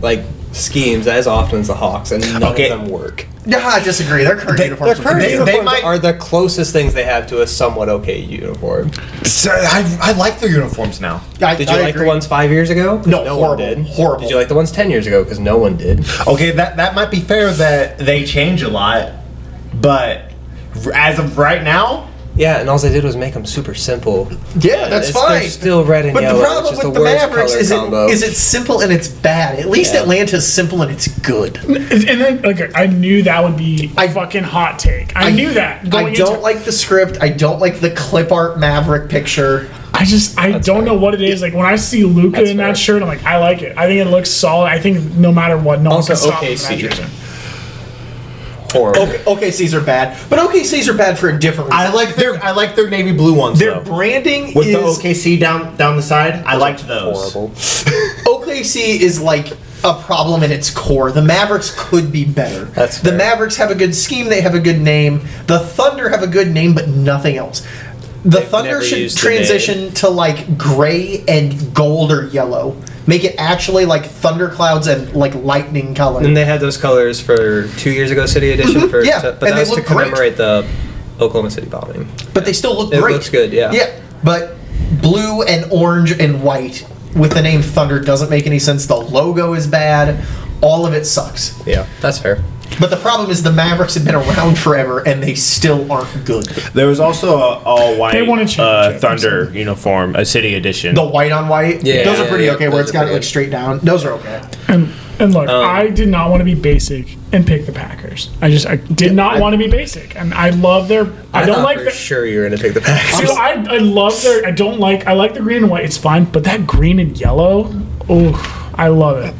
like schemes as often as the Hawks, and none
Okay.
of them work.
nah, I disagree. Their current uniforms are
They,
pretty good.
they
uniforms
might, are the closest things they have to a somewhat okay uniform.
so I, I like their uniforms now.
I-
Did you
I
like
agree.
the ones five years ago? 'Cause
No,
one
horrible,
did.
horrible.
Did you like the ones ten years ago? Because no one did.
Okay, that that might be fair that they change a lot, but as of right now,
Yeah, and all they did was make them super simple.
Yeah, that's
It's- they're
fine.
still red and
but
yellow,
the
which
problem
is
with
the
the,
worst
Mavericks
color
is it,
combo.
is it's simple and it's bad. At least
Yeah.
Atlanta's simple and it's good.
and then, like, I knew that would be a fucking hot take. I, knew that.
I
Going
don't
into,
like the script. I don't like the clip art Maverick picture.
I I just I don't know what it is. Like when I see Luca
That's
in
fair.
that shirt, I'm like, I like it. I think it looks solid. I think no matter what, no
Also,
one can stop him in
OKC.
that jersey.
Horrible.
Okay, OKCs are bad, but OKCs are bad for a different reason.
I like their I like their navy blue ones.
Their
though.
branding
with
is
the OKC down down the side. I liked those.
Horrible.
OKC is like a problem in its core. The Mavericks could be better.
That's
the
fair.
Mavericks have a good scheme. They have a good name. The Thunder have a good name, but nothing else. The
They've
Thunder
never
should
used the
transition to like gray and gold or yellow. Make it actually like thunderclouds and like lightning color.
And they had those colors for two years ago, City Edition. For
Mm-hmm. yeah,
but
and
that
they
was to
look great.
commemorate the Oklahoma City bombing.
but they still look
It
great.
looks good, yeah.
Yeah, but blue and orange and white with the name Thunder doesn't make any sense. The logo is bad. All of it sucks.
Yeah, that's fair.
But the problem is the Mavericks have been around forever and they still aren't good.
There was also a all
They
white
won a
uh,
championship.
Thunder uniform, a city edition.
The white on white,
Yeah,
those are
yeah,
pretty
yeah,
okay. Where
those
it's
are
got it
pretty
like
good.
straight down, those are okay.
And and look,
Um,
I did not want to be basic and pick the Packers. I just I did not want to be basic, and I love their. I, don't
thought
like
for
the.
sure you're gonna pick the Packers.
Dude, I, I love their. I don't like. I like the green and white. It's fine, but that green and yellow, oh, I love
<laughs>
it.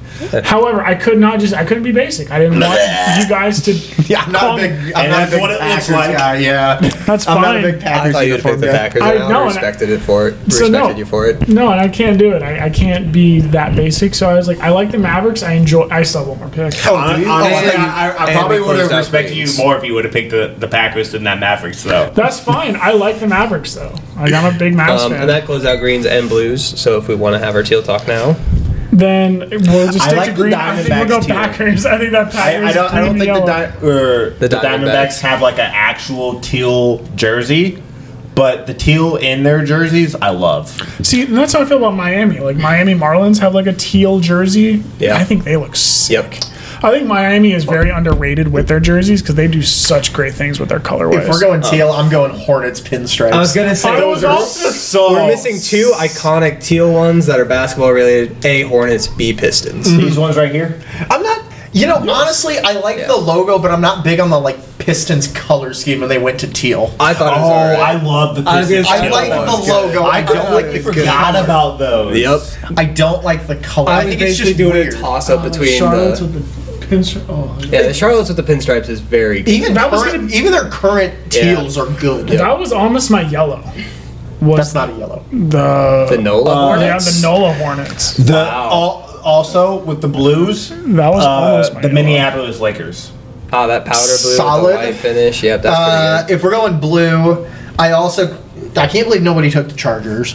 However, I could not just. I couldn't be basic. I didn't want you guys to.
<laughs> Yeah, I'm not
call
a
me-
big. I'm not a
And that's
big
what it looks
Packers
like.
guy. Yeah,
That's
I'm
fine.
not a big
I
Packers
thought you'd
uniform
pick the
guy.
Packers.
I
and I,
know, and I-
respected it for it.
So,
Respected
no.
you for it.
No, and I can't do it. I, I can't be that basic. So I was like, I like the Mavericks. I enjoy. I still have one more pick.
Oh,
Hon-
dude.
Honestly,
Oh,
I, I- I
and
probably
we
would have
closed out
respected you
things.
more if you would have picked the, the Packers than that Mavericks, though.
That's fine. I like the Mavericks though. Like, I'm a big Mavs
Um,
fan.
and that closes out greens and blues. So if we want to have our teal talk now,
then we'll just
I
stick
like
to
the
green. I think we'll
Diamondbacks,
go
too.
Packers. I think that Packers.
I, I don't. I don't
green
think
and
the,
yellow.
di- or the, Diamondbacks
Diamondbacks.
have like an actual teal jersey, but the teal in their jerseys, I love.
See, and that's how I feel about Miami. Like Miami Marlins have like a teal jersey.
Yeah.
I think they look sick.
yep.
I think Miami is very underrated with their jerseys because they do such great things with their colorways.
if we're going
um,
teal, I'm going Hornets pinstripes.
gonna say
I was also
So
We're missing two iconic teal ones that are basketball related: A Hornets, B Pistons.
these ones right here.
I'm not. You know, honestly, I like the logo, but I'm not big on the like Pistons color scheme when they went to teal.
I thought it
Oh,
was all right.
I love the.
I was gonna
Pistons
say-
I
teal
like
ones.
the logo.
I don't like
the
the forgot
color.
about those.
Yep.
I don't like the color. I,
I was
think it's
basically
just
doing
weird.
a toss up between
Charlotte's
the.
with the pinstri- oh,
Yeah, the Charlotte's with the pinstripes is very. good.
Even
That was
current-
gonna-
even their current
Yeah.
teals are good.
that was almost my yellow.
That's
Was
not a yellow.
the
The Nola
yeah
Hornets.
the Nola Hornets.
The
Wow.
al- also with the Blues,
That was
uh,
almost my
the
yellow.
Minneapolis Lakers.
Ah, that powder blue
Solid.
with the white finish. Yep, that's
Uh,
pretty
if we're going blue, I also I can't believe nobody took the Chargers.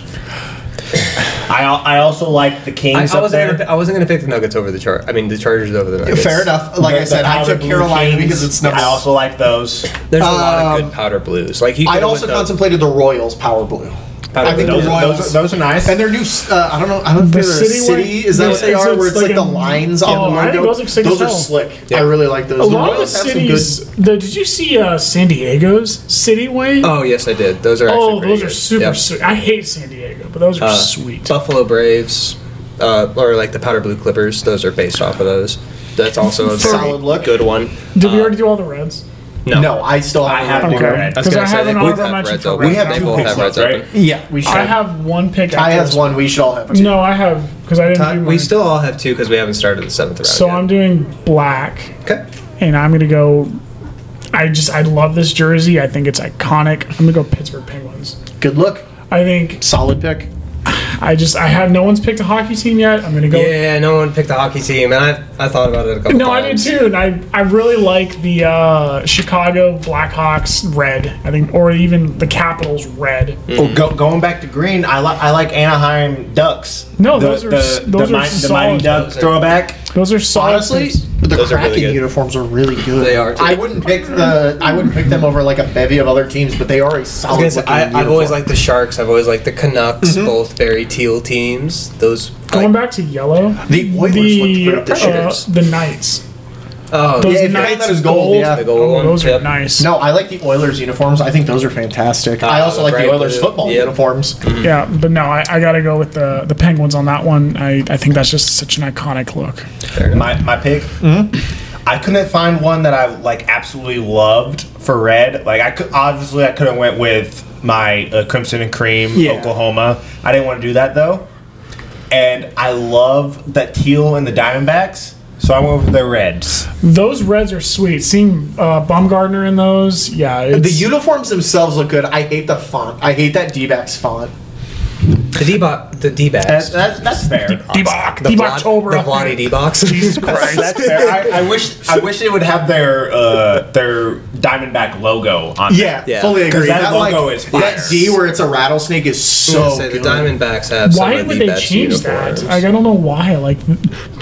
I al- I also like the Kings
good. I, I
up
wasn't
there.
gonna. I wasn't gonna pick the Nuggets over the chart. I mean, the Chargers over the Nuggets.
Fair enough. Like I
The- the
said, I
powder
took
blue
Carolina
Kings.
because it's number.
I also like those.
There's a lot of
Um,
good powder blues. Like he.
I'd
could've
also
went the
contemplated the Royals power blue.
powder
I think
blue.
Those,
the
are-
Royals-
those, are- those are nice.
And their new, s- uh, I don't know, I don't
The
think they're a
city one-
city. Is that what
it's-
they
it's-
are?
it's
where it's like,
like
the
a-
lines on
Oh,
the
I
logo.
think those look sick as
are
hell.
slick.
Yeah.
I really like those.
A lot of the
Royals have some
cities. The, did you see uh, San Diego's City Way?
Oh yes, I did. Those are. actually
oh,
pretty
those are
good.
super
Yep. Uh,
sweet. I hate San Diego, but those are sweet.
Buffalo Braves, uh, or like the powder blue Clippers. Those are based off of those. That's also a very
Solid look.
Good one.
Did we already do all the Reds?
good- No, I still
I
have.
have
one.
one.
Okay.
Red.
I was
Because
gonna
I
say
have
they
an
both
honorable
have
mention
reds
for
open.
Reds.
we have
They
two
both
picks
have reds
left,
open.
right?
Yeah, we should.
I have one pick.
Ty
after
has
this.
one. We should all have two.
No, I have because I didn't
Uh,
do mine.
we still all have two because we haven't started the seventh round.
so
yet.
I'm doing black,
Okay.
and I'm gonna go. I just I love this jersey. I think it's iconic. I'm gonna go Pittsburgh Penguins.
Good look.
I think
Solid pick.
I just I have no one's picked a hockey team yet. I'm gonna go.
Yeah, no one picked the hockey team, and I I thought about it a couple
No, I did
times.
too, and I, I really like the uh, Chicago Blackhawks red. I think, or even the Capitals red.
Oh, go, going back to green, I like I like Anaheim Ducks.
No, those are s- those
the,
are
Mi- the
solid.
Mighty Ducks
Those are-
throwback.
Those are solid.
Honestly,
picks.
the
Those are really
Kraken
good.
uniforms are really good.
They are, too.
I wouldn't pick the. I wouldn't pick them over like a bevy of other teams, but they are a
I
solid.
was gonna say,
looking
I, I've always
uniform.
liked the Sharks. I've always liked the Canucks. Both very teal teams. Those.
Mm-hmm. going
like,
back to yellow,
The Oilers looked great this
uh,
year.
the Knights.
Oh,
Those
Yeah, if you had
Knights
that as gold,
gold.
yeah.
the gold
Oh,
one.
those are
Yep.
nice.
No, I like the Oilers uniforms. I think those are fantastic. I
Ah,
also
the
like the
bright
Oilers
blue.
football
Yep.
uniforms.
Yeah, but no, I, I gotta go with the the Penguins on that one. I, I think that's just such an iconic look.
My my pick. I couldn't find one that I like absolutely loved for red. Like I could obviously I could have went with my uh, Crimson and Cream
Yeah.
Oklahoma. I didn't want to do that though, and I love that teal and the Diamondbacks, so I went with the Reds.
Those reds are sweet. Seeing uh, Baumgartner in those, yeah.
The
It's,
uniforms themselves look good. I hate the font. I hate that D-backs font.
The D-box. The
That's
D-backs.
uh,
that's,
<laughs>
that's fair.
D-Box.
The Vlad-
D-Boxtober
The
up
Vladi
there. <laughs>
D-box. <laughs>
Jesus Christ.
That's fair. I, I wish I wish they would have their uh, their Diamondback logo on. there.
Yeah,
Yeah.
fully agree.
that logo is fire.
That D where it's a rattlesnake is so
say
good.
the Diamondbacks have some
Why
of
would
the
they
best
change
uniforms.
that? Like, I don't know why. Like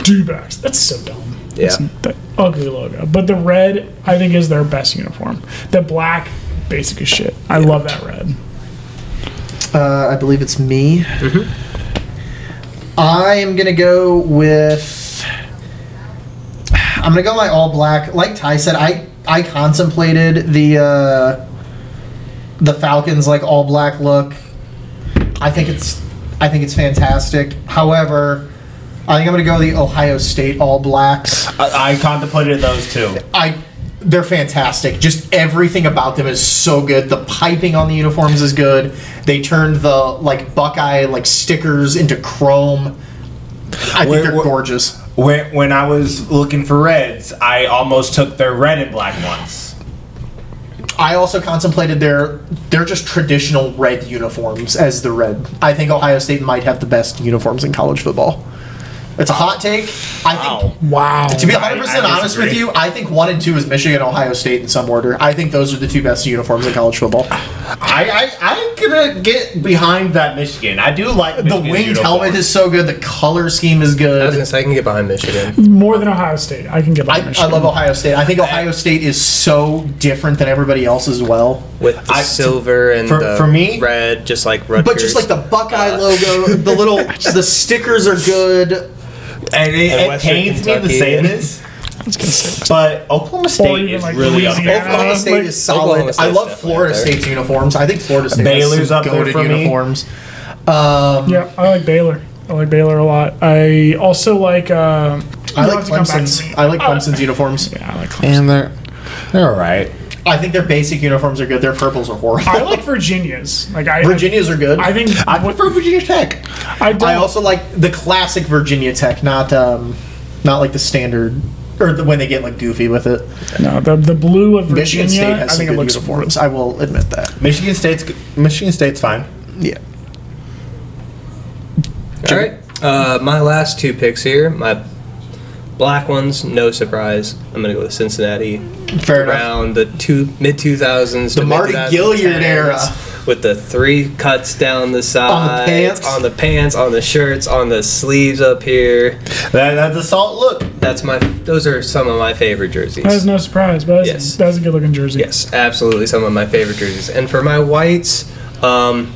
D-backs. That's so dumb.
Yeah.
It's the ugly logo. But the red, I think, is their best uniform. The black, basic as shit. I love that red.
Uh, I believe it's me. I am gonna go with. I'm gonna go my all black. Like Ty said, I I contemplated the uh, the Falcons like all black look. I think it's I think it's fantastic. However, I think I'm gonna go the Ohio State all blacks.
I, I contemplated those too.
I they're fantastic. Just everything about them is so good. The piping on the uniforms is good. They turned the like Buckeye like stickers into chrome. I
Where-
think they're
where-
gorgeous.
When, when I was looking for Reds, I almost took their red and black ones.
I also contemplated their they're just traditional red uniforms as the red. I think Ohio State might have the best uniforms in college football. It's a hot take. I think
Wow.
to be
I- I
100% honest with
disagree.
you, I think 1 and 2 is Michigan Ohio State in some order. I think those are the two best uniforms in college football.
I, I I'm gonna get behind that Michigan. I do like
The
Michigan's
winged
uniform.
helmet is so good. The color scheme is
I was
good.
gonna say I can get behind Michigan.
More than Ohio State. I can get
I,
behind
I
Michigan.
love Ohio State. I think Ohio State is so different than everybody else as well.
With the
I-
silver and
for-
the
for me-
red, just like Rutgers.
But just like the Buckeye
Uh, <laughs>
logo, the little the stickers are good.
and it, it
Western
pains me to
Kentucky.
say this, but Oklahoma
Or
State
even,
is
like,
really up there.
Louisiana.
Oklahoma
like-
State is solid.
Oklahoma
I
State's
love
definitely
Florida
up there.
State's uniforms. I think Florida State has
Baylor's
some
up there
goated
for me.
uniforms. Um,
Yeah, I like Baylor. I like Baylor a lot. I also like. Uh,
I
you'll
like
have to come back
Clemson's.
to me.
I like
Uh,
Clemson's uniforms.
yeah, I like. Clemson.
And they're they're all right.
I think their basic uniforms are good. Their purples are
I
horrible.
like Virginia's. Like I.
Virginia's are good.
I think.
I
what,
prefer Virginia Tech.
I, don't,
I also like the classic Virginia Tech, not um, not like the standard or the, when they get like goofy with it.
no the, the blue of Virginia.
Michigan State has
I
some
think it
good
looks
uniforms. I will admit that.
Michigan State's g- Michigan State's fine.
Yeah.
All right. Uh, my last two picks here. My black ones, no surprise. I'm gonna go with Cincinnati.
Fair enough.
around the two mid 2000s,
The Marty Gilliard era.
with the three cuts down the side,
pants.
on the pants, on the shirts, on the sleeves up here.
That, that's a salt look.
That's my. Those are some of my favorite jerseys.
That is no surprise, but that's,
Yes.
that's a good looking jersey.
Yes, absolutely. Some of my favorite jerseys. And for my whites, um,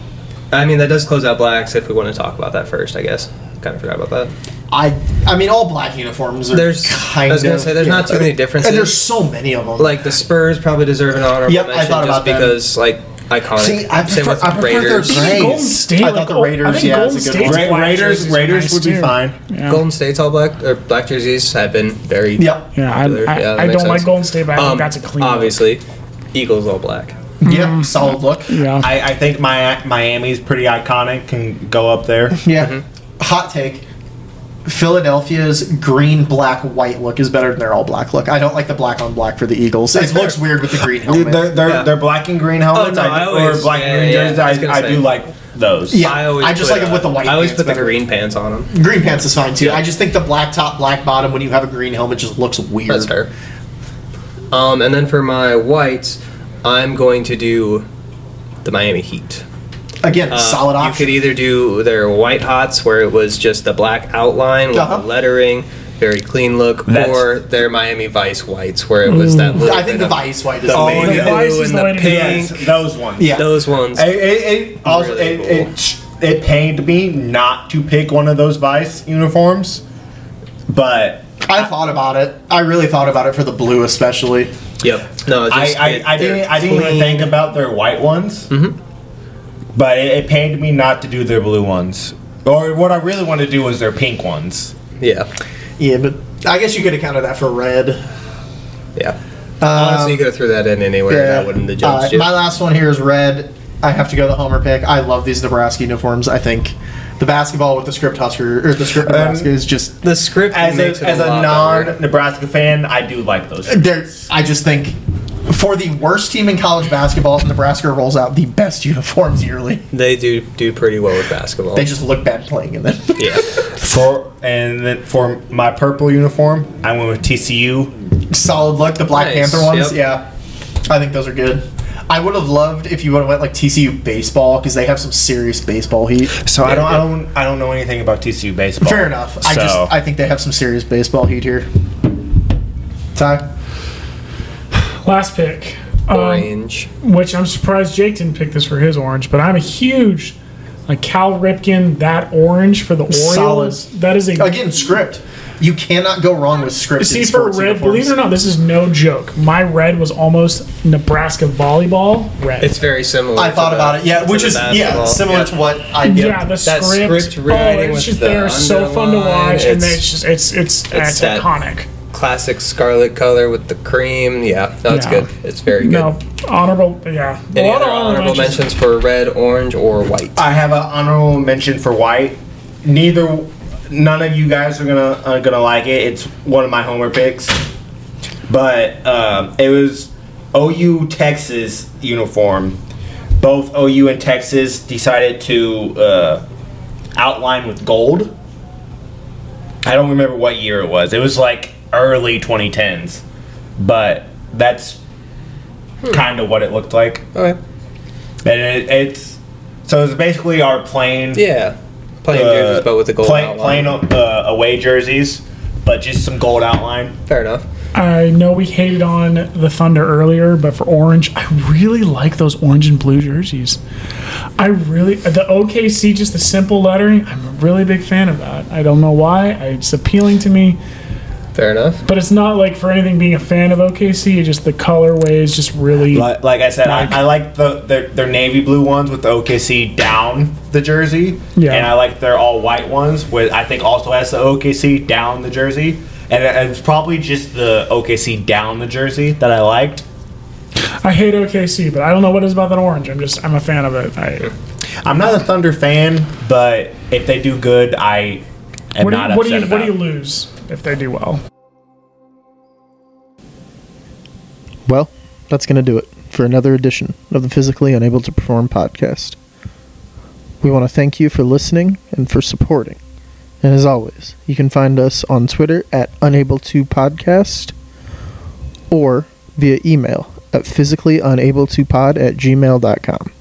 I mean, that does close out blacks if we want to talk about that first, I guess. Kind of forgot about that.
I I mean, all black uniforms are
There's-
kind
I was gonna
of-
say, there's not too many differences.
and there's so many of them.
Like, the Spurs probably deserve an honorable
Yep, I
mention
thought
just
about them.
because, like, iconic.
See, I
Same
prefer-
with
I prefer their
Raiders.
gray Rays.
Golden State.
I thought the
like,
Raiders,
oh, I think
yeah,
Golden
it's a good one.
State's
Ra-
black
Raiders
jerseys are
Raiders
nice,
would be
too.
fine.
Yeah.
Golden State's all black or black jerseys have been very
yep.
Yeah, I,
popular.
I,
Yeah, that
I
makes
don't
sense.
like Golden State, but I
Um,
think that's a clean.
obviously. Eagles all black.
Yep.
Mm-hmm.
Solid look.
look. Yeah.
I, I think my Miami's pretty iconic. Can go up there.
Yeah.
Mm-hmm.
Hot take. Philadelphia's green, black, white look is better than their all black look. I don't like the black on black for the Eagles. It
fair.
looks weird with the green
<laughs> Dude,
helmet.
they're they're,
Yeah.
they're black and green helmets
Oh, no, I always-
or black
yeah,
and green
yeah,
jerseys.
yeah, I was gonna
I, I,
say.
do like those.
Yeah.
I always
I just
put,
like it with the white
I always
pants
put the
better.
green pants on them.
green pants is fine too.
Yeah.
I just think the black top, black bottom when you have a green helmet just looks weird.
That's fair. Um, and then for my whites, I'm going to do the Miami Heat.
Again,
Uh,
solid
You
option.
could either do their white hots, where it was just the black outline with
Uh-huh.
the lettering, very clean look,
That's-
or their Miami Vice whites, where it was that. Little
I think
bit
the
of
vice white is
the
amazing.
navy
yeah.
blue
Vice is
and
the way
the
to do it.
pink.
Yes, those ones.
Yeah.
Those ones.
It, it, it also
Really
it, it it pained me not to pick one of those Vice uniforms, but
I thought about it. I really thought about it for the blue, especially.
Yep. No,
I,
just, it-
I, I
they're
didn't I didn't even
clean.
think about their white ones. But it, it pained me not to do their blue ones. Or what I really wanted to do was their pink ones.
Yeah.
Yeah, but I guess you could have counted that for red.
Yeah. Honestly, you could have threw that in anywhere. and I wouldn't have
Uh,
judged you.
my last one here is red. I have to go the Homer pick. I love these Nebraska uniforms. I think the basketball with the script Husker or the script Nebraska is just
The script
As
makes
a,
it
as a
lot
non
better.
Nebraska fan, I do like those.
there. I just think for the worst team in college basketball, Nebraska rolls out the best uniforms yearly.
They do do pretty well with basketball.
They just look bad playing in them. <laughs>
yeah.
For and then for my purple uniform, I went with TCU.
Solid look. The Black
Nice,
Panther ones,
yep.
yeah. I think those are good. I would have loved if you would have went like TCU baseball because they have some serious baseball heat.
So I don't, I don't, I don't know anything about TCU baseball.
Fair enough. I just
So-
I think they have some serious baseball heat here. Ty,
Last pick. um,
Orange.
which I'm surprised Jake didn't pick this for his orange, but I'm a huge like Cal Ripken, that orange for the
Solid.
Orioles. That is a
again, script. You cannot go wrong with script.
See for red, believe it or not, this is no joke. My red was almost Nebraska volleyball red.
It's very similar.
I thought
to the-
about it. Yeah,
to
which
the
is yeah
basketball.
similar
Yeah.
to what I
yeah,
did.
the
that
script,
script
oh,
writing
it's
with
just
the
they're so fun to
underline,
watch, and
it's-
it's just it's it's it's,
that-
iconic.
Classic scarlet color with the cream. Yeah, no, it's
Yeah.
good. It's very good.
No honorable, yeah.
Any
A lot
other
of
honorable
mentions.
mentions for red, orange, or white?
I have an honorable mention for white. Neither, none of you guys are gonna are gonna like it. It's one of my homer picks, but um, it was OU Texas uniform. Both OU and Texas decided to uh, outline with gold. I don't remember what year it was. It was like early 2010s, but that's kind of what it looked like.
Okay.
And it, it's so it's basically our plain
Yeah. Plain
uh,
jerseys, but with the gold
plain,
outline.
plain uh, away jerseys, but just some gold outline.
Fair enough.
I know we hated on the Thunder earlier, but for Orange, I really like those orange and blue jerseys. I really the OKC just the simple lettering. I'm a really big fan of that. I don't know why. I- It's appealing to me,
Fair enough.
but it's not like for anything being a fan of OKC. It's just the colorway is just really
Like, like I said, I, I like the their, their navy blue ones with the OKC down the jersey,
Yeah.
and I like their all white ones with I think also has the OKC down the jersey, and, it- and it's probably just the OKC down the jersey that I liked.
I hate OKC, but I don't know what it is about that orange. I'm just I'm a fan of it. I,
I'm not a Thunder fan, but if they do good, I am
what do
not
you, what do
upset
you,
about.
what do you
it.
lose if they do well?
Well, that's going to do it for another edition of the Physically Unable to Perform podcast. We want to thank you for listening and for supporting. And as always, you can find us on Twitter at Unable to Podcast or via email at physicallyunable2pod at gmail.com.